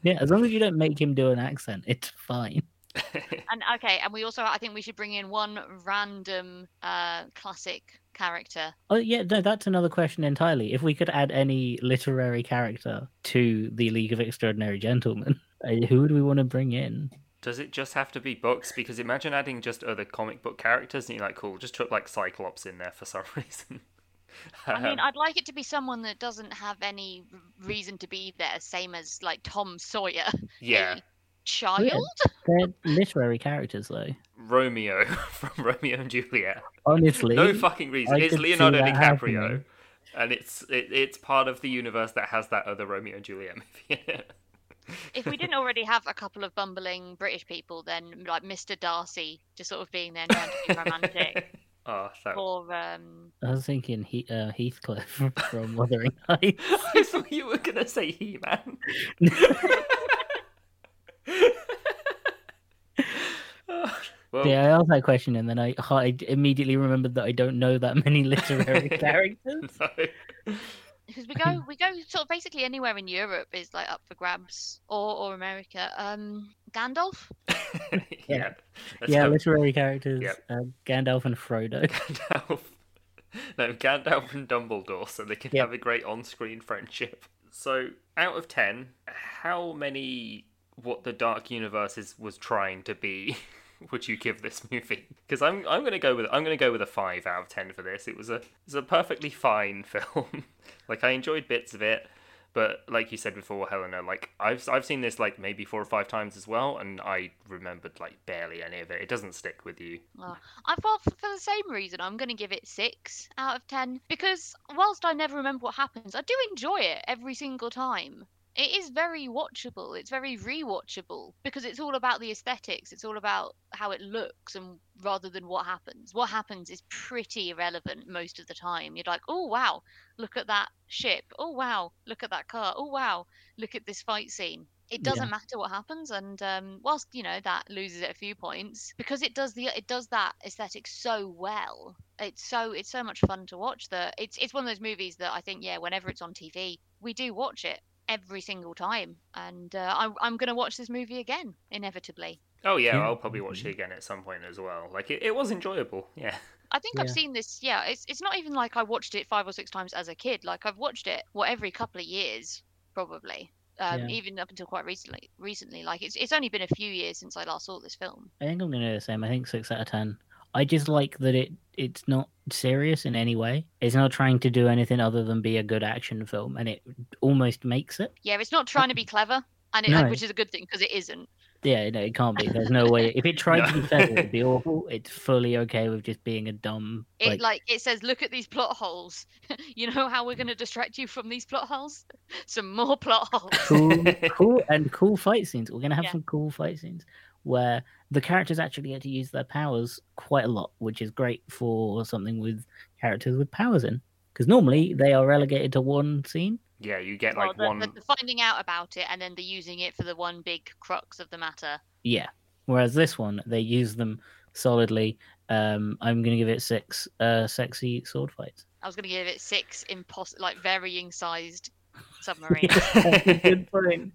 Speaker 2: Yeah, as long as you don't make him do an accent, it's fine.
Speaker 3: And okay, and we also, I think we should bring in one random uh, classic character.
Speaker 2: Oh yeah, no, that's another question entirely. If we could add any literary character to the League of Extraordinary Gentlemen, uh, who would we want to bring in?
Speaker 1: Does it just have to be books? Because imagine adding just other comic book characters, and you're like, cool, just chuck like Cyclops in there for some reason.
Speaker 3: I mean,
Speaker 1: Um,
Speaker 3: I'd like it to be someone that doesn't have any r- reason to be there, same as like Tom Sawyer. a
Speaker 1: yeah,
Speaker 3: Child?
Speaker 2: They're literary characters, though.
Speaker 1: Romeo from Romeo and Juliet.
Speaker 2: Honestly,
Speaker 1: No fucking reason.
Speaker 2: I
Speaker 1: it's
Speaker 2: could see
Speaker 1: Leonardo
Speaker 2: that
Speaker 1: DiCaprio,
Speaker 2: happening.
Speaker 1: and it's it, it's part of the universe that has that other Romeo and Juliet movie. in it.
Speaker 3: if we didn't already have a couple of bumbling British people, then like Mr. Darcy just sort of being there trying to be romantic,
Speaker 1: oh, that.
Speaker 3: or um,
Speaker 2: I was thinking he- uh, Heathcliff from Wuthering Heights.
Speaker 1: I thought you were gonna say He Man. well,
Speaker 2: Yeah, I asked that question, and then I, I immediately remembered that I don't know that many literary characters.
Speaker 1: no.
Speaker 3: because we go we go sort of basically anywhere in Europe is like up for grabs, or or America. Um, Gandalf.
Speaker 1: yeah.
Speaker 2: Yeah.
Speaker 1: Let's
Speaker 2: yeah,
Speaker 1: hope
Speaker 2: literary characters:
Speaker 1: Yep.
Speaker 2: uh, Gandalf and Frodo.
Speaker 1: Gandalf. No, Gandalf and Dumbledore, so they can
Speaker 2: Yeah.
Speaker 1: have a great on-screen friendship. So, out of ten, how many what the Dark Universe is was trying to be would you give this movie? Because I'm I'm gonna go with I'm gonna go with a five out of ten for this. It was a it's a perfectly fine film. like I enjoyed bits of it, but like you said before, Helena, like I've I've seen this like maybe four or five times as well, and I remembered like barely any of it. It doesn't stick with you.
Speaker 3: Well, I thought f- for the same reason I'm going to give it six out of ten because whilst I never remember what happens, I do enjoy it every single time. It is very watchable. It's very rewatchable because it's all about the aesthetics. It's all about how it looks and rather than what happens. What happens is pretty irrelevant most of the time. You're like, oh wow, look at that ship. Oh wow, look at that car. Oh wow, look at this fight scene it
Speaker 2: Yeah.
Speaker 3: doesn't matter what happens and um, whilst you know that loses it a few points because it does the it does that aesthetic so well it's so it's so much fun to watch that it's it's one of those movies that i think yeah whenever it's on tv we do watch it every single time and uh, I'm, I'm gonna watch this movie again inevitably
Speaker 1: Oh yeah,
Speaker 2: Yeah.
Speaker 1: I'll probably watch it again at some point as well. Like it, it was enjoyable. Yeah.
Speaker 3: I think I've
Speaker 2: Yeah.
Speaker 3: seen this. Yeah, it's it's not even like I watched it five or six times as a kid. Like I've watched it what every couple of years, probably. Um,
Speaker 2: Yeah.
Speaker 3: Even up until quite recently. Recently, like it's it's only been a few years since I last saw this film.
Speaker 2: I think I'm gonna do the same. I think six out of ten. I just like that it it's not serious in any way. It's not trying to do anything other than be a good action film, and it almost makes it.
Speaker 3: Yeah, it's not trying to be clever, and it,
Speaker 2: Oh. No.
Speaker 3: which is a good thing because it isn't.
Speaker 2: Yeah, no, it can't be. There's no way. If it tried to be
Speaker 1: No.
Speaker 2: clever, it'd be awful. It's fully okay with just being a dumb.
Speaker 3: It
Speaker 2: like,
Speaker 3: like it says, look at these plot holes. you know how
Speaker 2: Mm.
Speaker 3: we're going to distract you from these plot holes? Some more plot holes.
Speaker 2: cool, cool, and cool fight scenes. We're gonna have
Speaker 3: Yeah.
Speaker 2: some cool fight scenes where the characters actually get to use their powers quite a lot, which is great for something with characters with powers in. Because normally they are relegated to one scene.
Speaker 1: Yeah, you get
Speaker 3: Well,
Speaker 1: like
Speaker 3: the- the-
Speaker 1: one.
Speaker 3: the finding out about it and then the using it for the one big crux of the matter.
Speaker 2: Yeah. Whereas this one, they use them solidly. Um, I'm gonna give it six uh, sexy sword fights.
Speaker 3: I was going to give it six impossible, like varying sized submarine.
Speaker 2: Good point.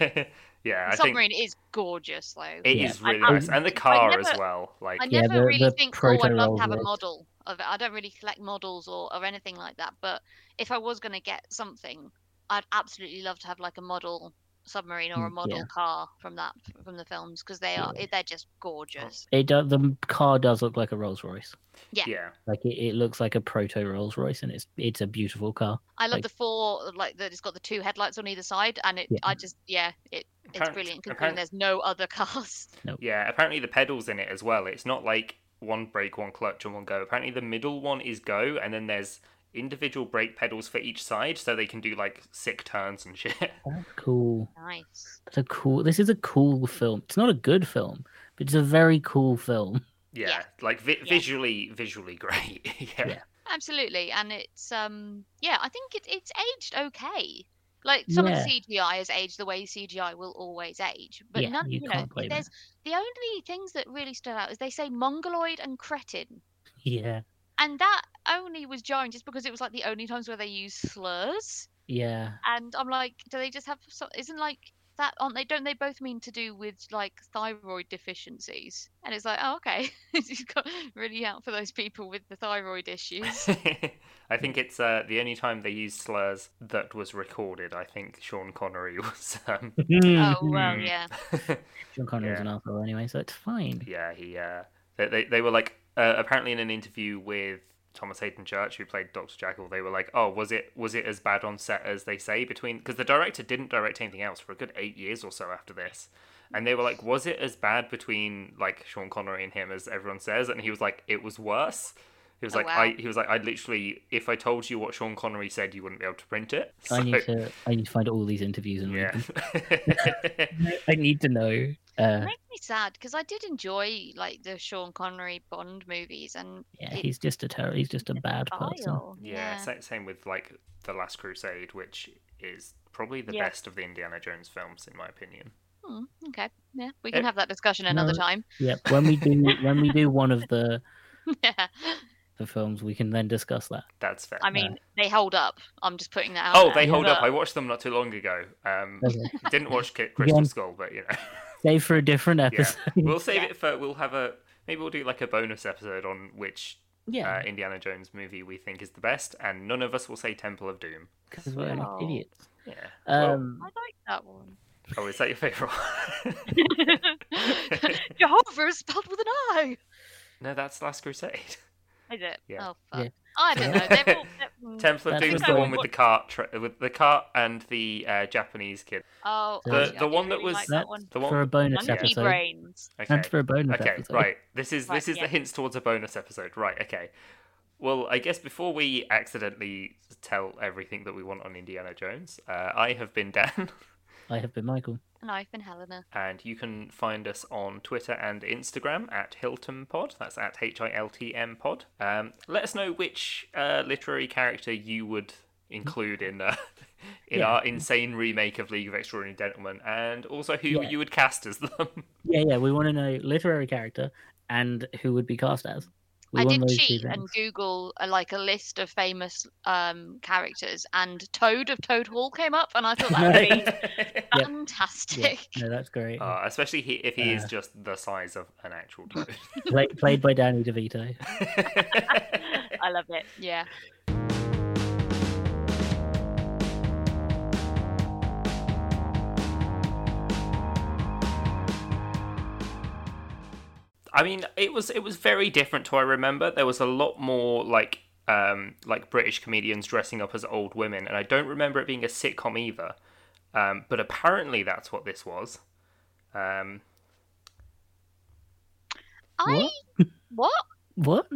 Speaker 1: yeah, I
Speaker 3: The
Speaker 1: think
Speaker 3: submarine is gorgeous, though.
Speaker 1: it is
Speaker 2: Yeah.
Speaker 1: really
Speaker 3: I- I-
Speaker 1: nice, and the
Speaker 3: I
Speaker 1: car as
Speaker 3: never-
Speaker 1: well. Like
Speaker 3: I
Speaker 2: Yeah,
Speaker 3: never
Speaker 2: the-
Speaker 3: really
Speaker 2: the
Speaker 3: think, oh, I'd love to have a
Speaker 2: proto-Rolls-Royce.
Speaker 3: model of it. I don't really collect models or, or anything like that. But if I was going to get something, I'd absolutely love to have like a model submarine or a
Speaker 2: Mm,
Speaker 3: model
Speaker 2: yeah.
Speaker 3: car from that from the films because they are they're just gorgeous.
Speaker 2: It does, the car does look like a Rolls Royce.
Speaker 1: yeah.
Speaker 3: yeah.
Speaker 2: Like it, it looks like a proto Rolls Royce, and it's it's a beautiful car.
Speaker 3: I love
Speaker 2: Like-
Speaker 3: the four like that. It's got the two headlights on either side, and it
Speaker 2: Yeah.
Speaker 3: I just yeah it it's
Speaker 1: Apparent-
Speaker 3: brilliant
Speaker 1: apparent-
Speaker 3: considering there's no other cars.
Speaker 1: Yeah, apparently the pedals in it as well. It's not like one brake, one clutch, and one go. Apparently the middle one is go, and then there's individual brake pedals for each side, so they can do like sick turns and shit.
Speaker 2: That's cool.
Speaker 3: Nice.
Speaker 2: It's a cool. This is a cool film. It's not a good film, but it's a very cool film.
Speaker 1: yeah,
Speaker 3: Yeah.
Speaker 1: like vi-
Speaker 3: Yeah.
Speaker 1: visually, visually great. yeah.
Speaker 2: Yeah.
Speaker 3: Absolutely, and it's um yeah, I think it, it's aged okay. Like some
Speaker 2: Yeah.
Speaker 3: of the CGI has aged the way CGI will always age, but
Speaker 2: Yeah,
Speaker 3: none.
Speaker 2: you
Speaker 3: You, know,
Speaker 2: can't blame it.
Speaker 3: there's the only things that really stood out is they say mongoloid and cretin,
Speaker 2: Yeah,
Speaker 3: and that only was jarring just because it was like the only times where they use slurs,
Speaker 2: yeah.
Speaker 3: and I'm like, do they just have? So, isn't like that? Aren't they? Don't they both mean to do with like thyroid deficiencies? And it's like, oh okay, you've got really out for those people with the thyroid issues.
Speaker 1: I think it's uh, the only time they used slurs that was recorded. I think Sean Connery was. Um,
Speaker 3: oh well,
Speaker 1: Mhm.
Speaker 3: yeah.
Speaker 2: John Connor was
Speaker 1: yeah.
Speaker 2: an asshole anyway, so it's fine.
Speaker 1: yeah, he. Uh, they, they they were like uh, apparently in an interview with Thomas Hayden Church, who played Doctor Jackal. They were like, "Oh, was it was it as bad on set as they say?" Between because the director didn't direct anything else for a good eight years or so after this, and they were like, "Was it as bad between like Sean Connery and him as everyone says?" And he was like, "It was worse." He was
Speaker 3: Oh,
Speaker 1: like,
Speaker 3: wow.
Speaker 1: I, he was like, I literally, if I told you what Sean Connery said, you wouldn't be able to print it.
Speaker 2: I need
Speaker 1: So-
Speaker 2: to. I need to find all these interviews and read
Speaker 1: Yeah.
Speaker 2: them. I need to know. Uh,
Speaker 3: It makes me sad because I did enjoy like the Sean Connery Bond movies and
Speaker 2: yeah,
Speaker 3: It-
Speaker 2: he's just a terror. He's just a bad person.
Speaker 3: Bile.
Speaker 1: Yeah, sa same with like The Last Crusade, which is probably the
Speaker 3: Yeah.
Speaker 1: best of the Indiana Jones films, in my opinion.
Speaker 3: Hmm, okay. Yeah, we can
Speaker 1: Eh,
Speaker 3: have that discussion another
Speaker 2: no.
Speaker 3: time.
Speaker 2: Yep. When we do, when we do one of the
Speaker 3: yeah.
Speaker 2: the films, we can then discuss that.
Speaker 1: That's fair.
Speaker 3: I mean, they hold up. I'm just putting that out.
Speaker 1: oh,
Speaker 3: there.
Speaker 1: they hold up. I
Speaker 3: But
Speaker 1: watched them not too long ago. Um,
Speaker 2: Okay.
Speaker 1: didn't watch Ki- Crystal
Speaker 2: on.
Speaker 1: Skull, but you know,
Speaker 2: Save for a different episode.
Speaker 1: we'll save
Speaker 3: Yeah.
Speaker 1: it for. We'll have a maybe we'll do like a bonus episode on which
Speaker 2: Yeah,
Speaker 1: uh, Indiana Jones movie we think is the best, and none of us will say Temple of Doom.
Speaker 2: because we're
Speaker 3: Oh.
Speaker 2: idiots.
Speaker 1: Yeah. Well,
Speaker 2: Um,
Speaker 3: I like that one.
Speaker 1: Oh, is that your favourite one?
Speaker 3: Jehovah is spelled with an I.
Speaker 1: no, that's Last Crusade.
Speaker 3: Is it?
Speaker 1: Yeah.
Speaker 3: Oh fuck.
Speaker 2: Yeah.
Speaker 3: I don't know. They're all, they're- mm,
Speaker 1: Temple of
Speaker 2: That's
Speaker 1: Doom's
Speaker 2: the
Speaker 1: the
Speaker 2: one.
Speaker 1: one with the cart, tra- with the cart and the uh, Japanese kid.
Speaker 3: oh,
Speaker 2: The-
Speaker 3: actually, I
Speaker 1: the
Speaker 3: didn't
Speaker 1: one that
Speaker 3: really
Speaker 1: was-
Speaker 3: like
Speaker 2: That's
Speaker 3: that one.
Speaker 1: The one
Speaker 2: for a bonus
Speaker 3: Monkey
Speaker 2: episode.
Speaker 3: brains.
Speaker 1: Okay.
Speaker 2: That's for a bonus
Speaker 1: Okay,
Speaker 2: episode.
Speaker 1: right. This is
Speaker 3: Right,
Speaker 1: this is
Speaker 3: yeah.
Speaker 1: the hints towards a bonus episode. Right. Okay. Well, I guess before we accidentally tell everything that we want on Indiana Jones, uh, I have been Dan,
Speaker 2: I have been Michael.
Speaker 3: And I've been Helena.
Speaker 1: and you can find us on Twitter and Instagram at Hilton Pod. That's at H I L T M Pod. Um, let us know which uh, literary character you would include in uh, in
Speaker 2: Yeah.
Speaker 1: our insane remake of League of Extraordinary Gentlemen, and also who
Speaker 2: Yeah.
Speaker 1: you would cast as them.
Speaker 2: Yeah, yeah. We want to know literary character and who would be cast as. We
Speaker 3: I
Speaker 2: want
Speaker 3: did
Speaker 2: those two
Speaker 3: cheat and
Speaker 2: things.
Speaker 3: Google uh, like a list of famous um, characters, and Toad of Toad Hall came up, and I thought that would be
Speaker 2: Yep. Yeah,
Speaker 3: fantastic.
Speaker 2: no, that's great.
Speaker 1: Uh, especially he, if he is
Speaker 2: Yeah.
Speaker 1: just the size of an actual toad.
Speaker 2: Play, played by Danny DeVito.
Speaker 3: I love it. Yeah.
Speaker 1: I mean, it was it was very different to I remember. There was a lot more like um, like British comedians dressing up as old women, and I don't remember it being a sitcom either. Um, but apparently, that's what this was. Um,
Speaker 3: I what
Speaker 2: What?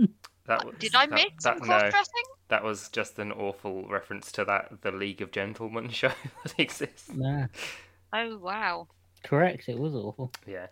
Speaker 1: that was,
Speaker 3: did I
Speaker 1: that-
Speaker 3: miss some
Speaker 1: that,
Speaker 3: cross
Speaker 1: no,
Speaker 3: dressing?
Speaker 1: that was just an awful reference to that the League of Gentlemen show that exists.
Speaker 2: Nah.
Speaker 3: Oh wow.
Speaker 2: Correct. It was awful.
Speaker 1: Yeah.